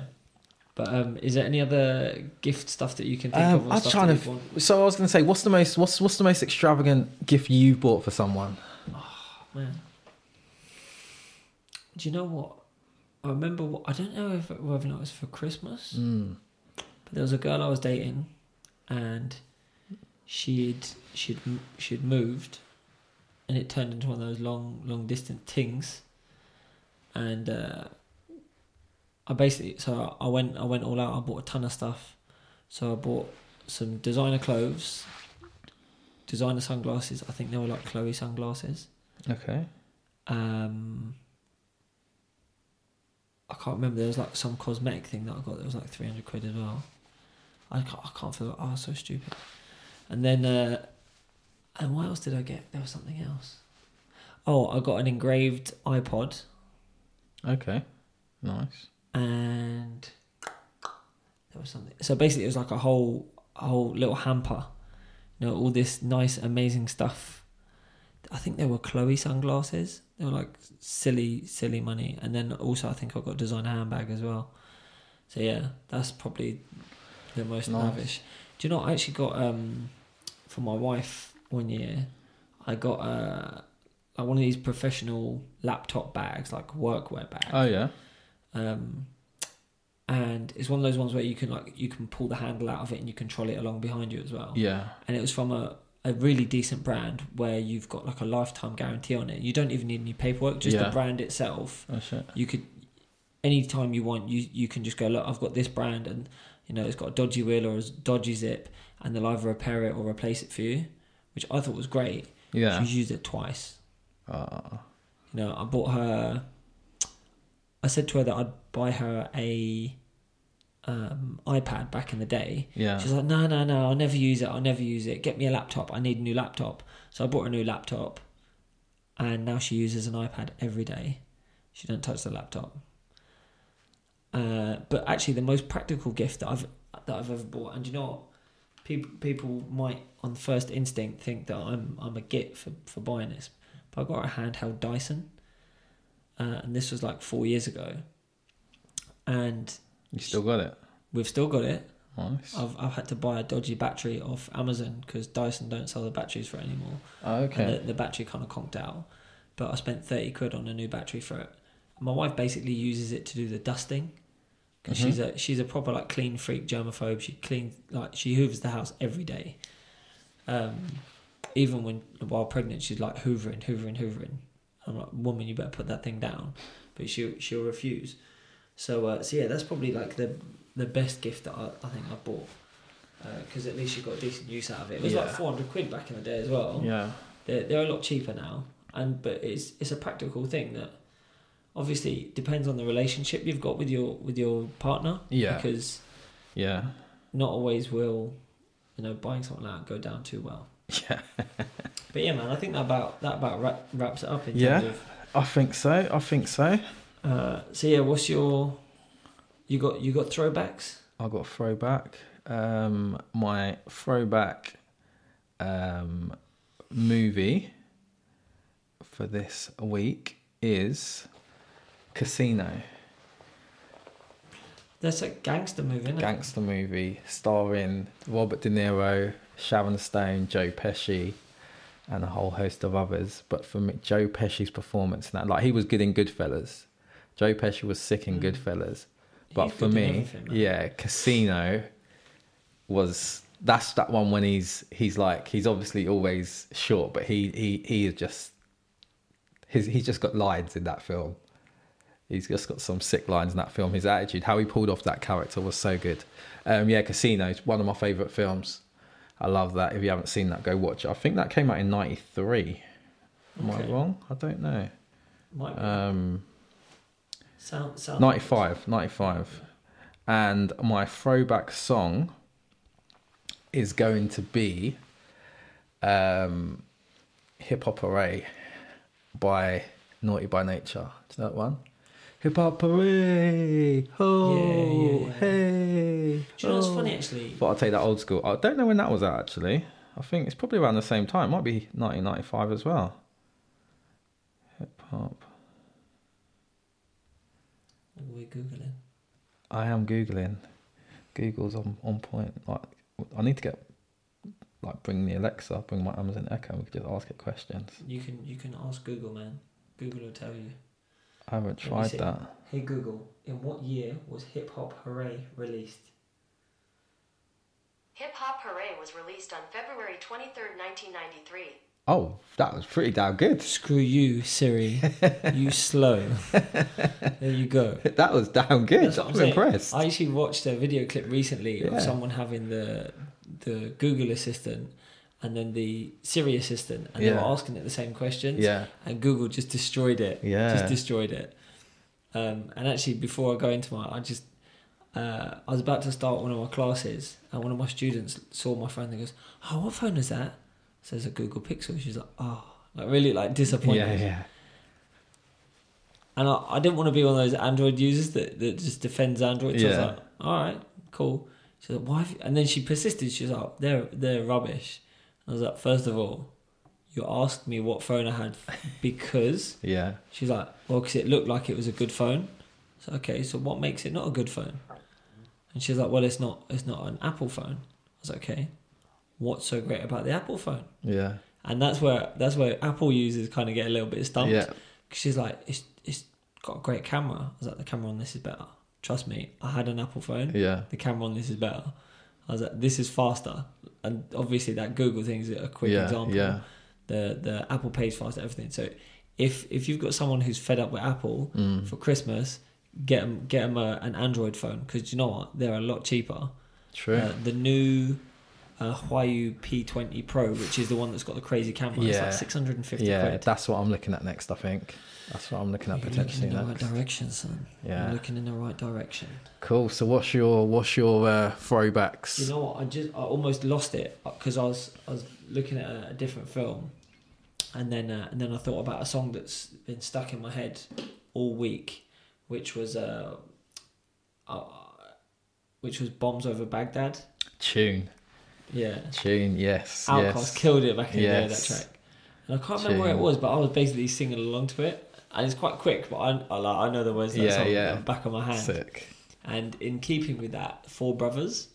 Speaker 2: But um, is there any other gift stuff that you can think
Speaker 1: Um,
Speaker 2: of? or
Speaker 1: I'm
Speaker 2: stuff
Speaker 1: trying
Speaker 2: that
Speaker 1: to
Speaker 2: you'd want?
Speaker 1: So I was going to say, what's the most what's what's the most extravagant gift you bought for someone?
Speaker 2: Man. Do you know what? I remember what I don't know if whether or not it was for Christmas,
Speaker 1: Mm.
Speaker 2: but there was a girl I was dating, and she'd she'd m- she'd moved, and it turned into one of those long long distance things, and uh, I basically so I went I went all out. I bought a ton of stuff, so I bought some designer clothes, designer sunglasses. I think they were like Chloe sunglasses
Speaker 1: Okay.
Speaker 2: um I can't remember there was like some cosmetic thing that I got that was like 300 quid as well I can't, I can't feel oh so stupid and then uh and what else did I get there was something else oh I got an engraved iPod
Speaker 1: Okay. Nice.
Speaker 2: and there was something so basically it was like a whole a whole little hamper you know all this nice amazing stuff I think they were Chloe sunglasses. They were like silly, silly money. And then also, I think I got a designer handbag as well. So yeah, that's probably the most
Speaker 1: Nice.
Speaker 2: lavish. Do you know? what I actually got um for my wife one year. I got uh like one of these professional laptop bags, like workwear bags
Speaker 1: Oh yeah.
Speaker 2: um, and it's one of those ones where you can like you can pull the handle out of it and you can trolley it along behind you as well.
Speaker 1: Yeah.
Speaker 2: And it was from a, a really decent brand where you've got like a lifetime guarantee on it. You don't even need any paperwork, just the
Speaker 1: Yeah.
Speaker 2: brand itself.
Speaker 1: Oh shit.
Speaker 2: You could anytime you want, you you can just go look. I've got this brand, and you know it's got a dodgy wheel or a dodgy zip, and they'll either repair it or replace it for you, which I thought was great.
Speaker 1: Yeah.
Speaker 2: She's used it twice.
Speaker 1: Ah.
Speaker 2: You know, I bought her. I said to her that I'd buy her a um, iPad back in the day.
Speaker 1: yeah.
Speaker 2: She's like, no, no, no, I'll never use it. I'll never use it. Get me a laptop. I need a new laptop. So I bought her a new laptop, and now she uses an iPad every day. She don't touch the laptop. Uh, but actually, the most practical gift that I've that I've ever bought, and you know, what? people people might on first instinct think that I'm I'm a git for for buying this, but I got a handheld Dyson, uh, and this was like four years ago, and
Speaker 1: You still got it.
Speaker 2: we've still got it.
Speaker 1: Nice.
Speaker 2: I've, I've had to buy a dodgy battery off Amazon because Dyson don't sell the batteries for it anymore.
Speaker 1: Oh,
Speaker 2: And
Speaker 1: okay.
Speaker 2: the, the battery kind of conked out. But I spent 30 quid on a new battery for it. My wife basically uses it to do the dusting. because she's
Speaker 1: Mm-hmm.
Speaker 2: a she's a proper like clean freak germaphobe. She cleans like she hoovers the house every day. Um, even when while pregnant, she's like hoovering, hoovering, hoovering. I'm like, woman, you better put that thing down. But she she'll refuse. So uh, so yeah, that's probably like the the best gift that I, I think I bought because at least you got decent use out of it. It was like
Speaker 1: Yeah.
Speaker 2: four hundred quid back in the day as well
Speaker 1: Yeah.
Speaker 2: they're, they're a lot cheaper now and but it's it's a practical thing that obviously depends on the relationship you've got with your with your partner
Speaker 1: Yeah.
Speaker 2: because
Speaker 1: Yeah.
Speaker 2: not always will you know buying something like that go down too well
Speaker 1: Yeah.
Speaker 2: but yeah man i think that about that about wrap, wraps it up in
Speaker 1: Yeah.
Speaker 2: terms of
Speaker 1: I think so. I think so.
Speaker 2: uh so yeah what's your you got you got throwbacks
Speaker 1: I got a throwback. Um, my throwback um, movie for this week is Casino,
Speaker 2: that's a gangster movie isn't it?
Speaker 1: gangster movie starring Robert De Niro, Sharon Stone, Joe Pesci, and a whole host of others. But for me, Joe Pesci's performance in that, like he was good in Goodfellas. Joe Pesci was sick in
Speaker 2: Mm.
Speaker 1: Goodfellas. But
Speaker 2: He's
Speaker 1: for
Speaker 2: good in
Speaker 1: me,
Speaker 2: everything, man.
Speaker 1: yeah, Casino was that's that one when he's he's like he's obviously always short, but he he he is just his he's just got lines in that film. He's just got some sick lines in that film. His attitude, how he pulled off that character, was so good. Um, yeah, Casino is one of my favorite films. I love that. If you haven't seen that, go watch it. I think that came out in '93. Am I
Speaker 2: Okay.
Speaker 1: wrong? I don't know.
Speaker 2: might be
Speaker 1: Um,
Speaker 2: sound, sound
Speaker 1: 95 95 and my throwback song is going to be um hip hop array by naughty by nature do you know that one hip hop array oh
Speaker 2: yeah, yeah.
Speaker 1: hey
Speaker 2: do you know what's
Speaker 1: oh.
Speaker 2: funny actually
Speaker 1: but i'll take that old school i don't know when that was at actually i think it's probably around the same time might be 1995 as well hip hop
Speaker 2: we're googling
Speaker 1: I am googling. Google's on on point. Like I need to get like bring the Alexa, bring my Amazon Echo. We could just ask it questions.
Speaker 2: you can you can ask google man google will tell you
Speaker 1: I haven't
Speaker 2: me
Speaker 1: tried
Speaker 2: see.
Speaker 1: that.
Speaker 2: Hey Google, in what year was Hip Hop Hooray released?
Speaker 3: Hip Hop Hooray was released on February 23rd, 1993.
Speaker 1: Oh, that was pretty damn good.
Speaker 2: Screw you, Siri. you slow. there you go.
Speaker 1: That was damn good.
Speaker 2: That's what
Speaker 1: I'm,
Speaker 2: I'm saying.
Speaker 1: impressed.
Speaker 2: I actually watched a video clip recently
Speaker 1: Yeah.
Speaker 2: of someone having the the Google assistant and then the Siri assistant, and they
Speaker 1: Yeah.
Speaker 2: were asking it the same questions.
Speaker 1: Yeah,
Speaker 2: And Google just destroyed it.
Speaker 1: yeah,
Speaker 2: just destroyed it. Um, and actually, before I go into my, I just uh, I was about to start one of my classes, and one of my students saw my phone and goes, "Oh, what phone is that?" Says a Google Pixel. She's like, "Oh." Like really, like disappointed,
Speaker 1: yeah, yeah.
Speaker 2: and I, I didn't want to be one of those Android users that, that just defends Android. So I
Speaker 1: Yeah.
Speaker 2: was like, "All right, cool." She's like, "Why?" Have you-" And then she persisted. She was like, "They're they're rubbish." And I was like, first of all, you asked me what phone I had because
Speaker 1: yeah.
Speaker 2: She's like, well, because it looked like it was a good phone. So okay, so what makes it not a good phone? And she's like, well, it's not, it's not an Apple phone. I was like, okay, what's so great about the Apple phone?
Speaker 1: Yeah,
Speaker 2: And that's where that's where Apple users kind of get a little bit stumped.
Speaker 1: yeah,
Speaker 2: 'Cause she's like, it's it's got a great camera. I was like, the camera on this is better. Trust me, I had an Apple phone.
Speaker 1: yeah,
Speaker 2: The camera on this is better. I was like, this is faster. And obviously, that Google thing is a quick
Speaker 1: yeah,
Speaker 2: example
Speaker 1: Yeah,
Speaker 2: the the Apple pays faster everything. So if if you've got someone who's fed up with Apple
Speaker 1: Mm.
Speaker 2: for Christmas, get them get 'em a, an Android phone because you know what they're a lot cheaper.
Speaker 1: true.
Speaker 2: Uh, the new uh, Huayu P20 Pro, which is the one that's got the crazy camera, it's
Speaker 1: Yeah.
Speaker 2: like six hundred and fifty
Speaker 1: yeah,
Speaker 2: quid.
Speaker 1: that's what I'm looking at next. I think that's what I'm looking at
Speaker 2: You're
Speaker 1: potentially
Speaker 2: looking in the
Speaker 1: next.
Speaker 2: right direction, son.
Speaker 1: Yeah.
Speaker 2: You're looking in the right direction.
Speaker 1: Cool. So what's your what's your uh, throwbacks?
Speaker 2: You know what? I just I almost lost it because I was I was looking at a, a different film, and then uh, and then I thought about a song that's been stuck in my head all week, which was uh, uh which was "Bombs Over Baghdad."
Speaker 1: Tune,
Speaker 2: Yeah,
Speaker 1: tune. Yes,
Speaker 2: Outcast
Speaker 1: yes.
Speaker 2: killed it back in the day. That
Speaker 1: Yes.
Speaker 2: track, and I can't remember where it
Speaker 1: Tune.
Speaker 2: was, but I was basically singing along to it, and it's quite quick, but I I, like, I know the words. Of that
Speaker 1: Yeah,
Speaker 2: song
Speaker 1: yeah.
Speaker 2: on the Back of my hand.
Speaker 1: Sick.
Speaker 2: And in keeping with that, Four Brothers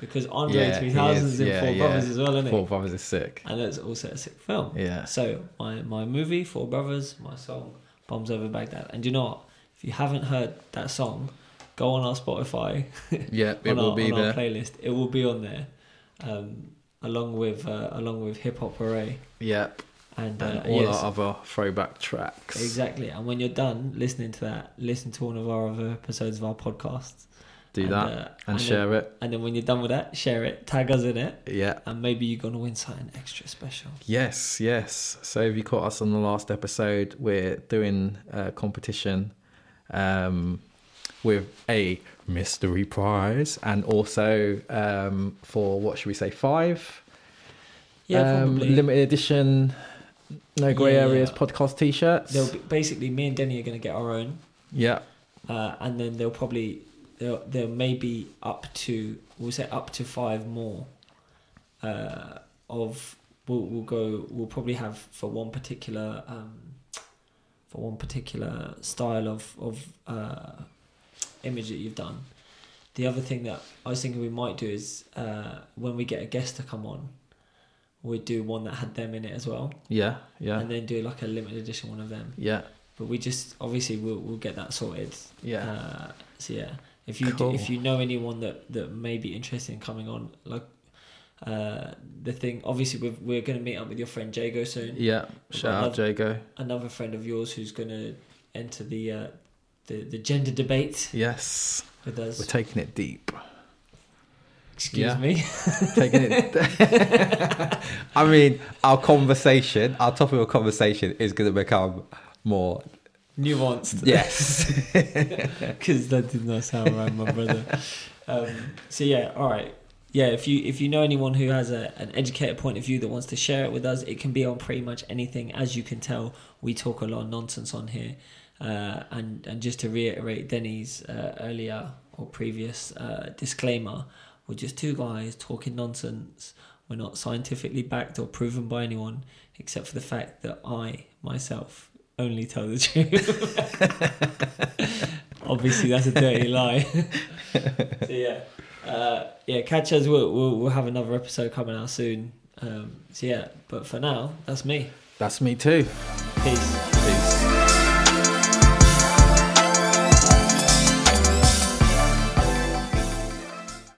Speaker 2: because Andre 3000 is in Four Brothers as well, isn't
Speaker 1: Four
Speaker 2: it?
Speaker 1: Brothers is sick.
Speaker 2: And it's also a sick film.
Speaker 1: Yeah.
Speaker 2: So my my movie Four Brothers, my song Bombs Over Baghdad, and you know what? If you haven't heard that song, go on our Spotify.
Speaker 1: Yeah, it
Speaker 2: on
Speaker 1: will
Speaker 2: our,
Speaker 1: be
Speaker 2: on
Speaker 1: there.
Speaker 2: our playlist. It will be on there, um, along with uh, along with Hip Hop Hooray
Speaker 1: Yeah,
Speaker 2: and,
Speaker 1: and
Speaker 2: uh,
Speaker 1: all
Speaker 2: yes,
Speaker 1: our other throwback tracks.
Speaker 2: exactly. And when you're done listening to that, listen to one of our other episodes of our podcast.
Speaker 1: Do
Speaker 2: and,
Speaker 1: that
Speaker 2: uh,
Speaker 1: and,
Speaker 2: then-
Speaker 1: share it.
Speaker 2: and then when you're done with that, share it, tag us in it,
Speaker 1: Yeah.
Speaker 2: and maybe you're gonna win something extra special.
Speaker 1: Yes, yes. So if you caught us on the last episode, we're doing a competition um, with a mystery prize and also um, for what should we say, five
Speaker 2: Yeah,
Speaker 1: um,
Speaker 2: probably.
Speaker 1: limited edition, no grey
Speaker 2: Yeah,
Speaker 1: areas
Speaker 2: yeah.
Speaker 1: podcast t shirts.
Speaker 2: They'll be, basically me and Denny are gonna get our own,
Speaker 1: Yeah,
Speaker 2: uh, and then they'll probably they'll there may be up to we'll say up to five more uh, of we'll, we'll go we'll probably have for one particular um, for one particular style of of uh, image that you've done. The other thing that I was thinking we might do is uh, when we get a guest to come on, we'd do one that had them in it as well,
Speaker 1: yeah, yeah,
Speaker 2: and then do like a limited edition one of them.
Speaker 1: yeah,
Speaker 2: But we just obviously we'll we'll get that sorted
Speaker 1: yeah.
Speaker 2: uh, so yeah, if you
Speaker 1: Cool.
Speaker 2: do, if you know anyone that that may be interested in coming on, like uh, the thing, obviously we're we're gonna meet up with your friend Jago soon.
Speaker 1: yeah, shout out Jago.
Speaker 2: Another friend of yours who's gonna enter the uh, the the gender debate
Speaker 1: Yes,
Speaker 2: with
Speaker 1: we're
Speaker 2: us.
Speaker 1: taking it deep.
Speaker 2: Excuse
Speaker 1: yeah.
Speaker 2: me.
Speaker 1: taking it. I mean, our conversation, our topic of conversation is going to become more.
Speaker 2: Nuanced.
Speaker 1: Yes.
Speaker 2: because that did not sound right, my brother. Um, so yeah, all right. Yeah, if you if you know anyone who has a, an educated point of view that wants to share it with us, it can be on pretty much anything. As you can tell, we talk a lot of nonsense on here. Uh, and and just to reiterate Denny's uh, earlier or previous uh, disclaimer, we're just two guys talking nonsense. We're not scientifically backed or proven by anyone, except for the fact that I myself only tell the truth. Obviously, that's a dirty lie. so yeah, uh, yeah. Catch us. We'll, we'll we'll have another episode coming out soon. Um, so yeah, but for now, that's me.
Speaker 1: That's me too.
Speaker 2: Peace.
Speaker 1: Peace.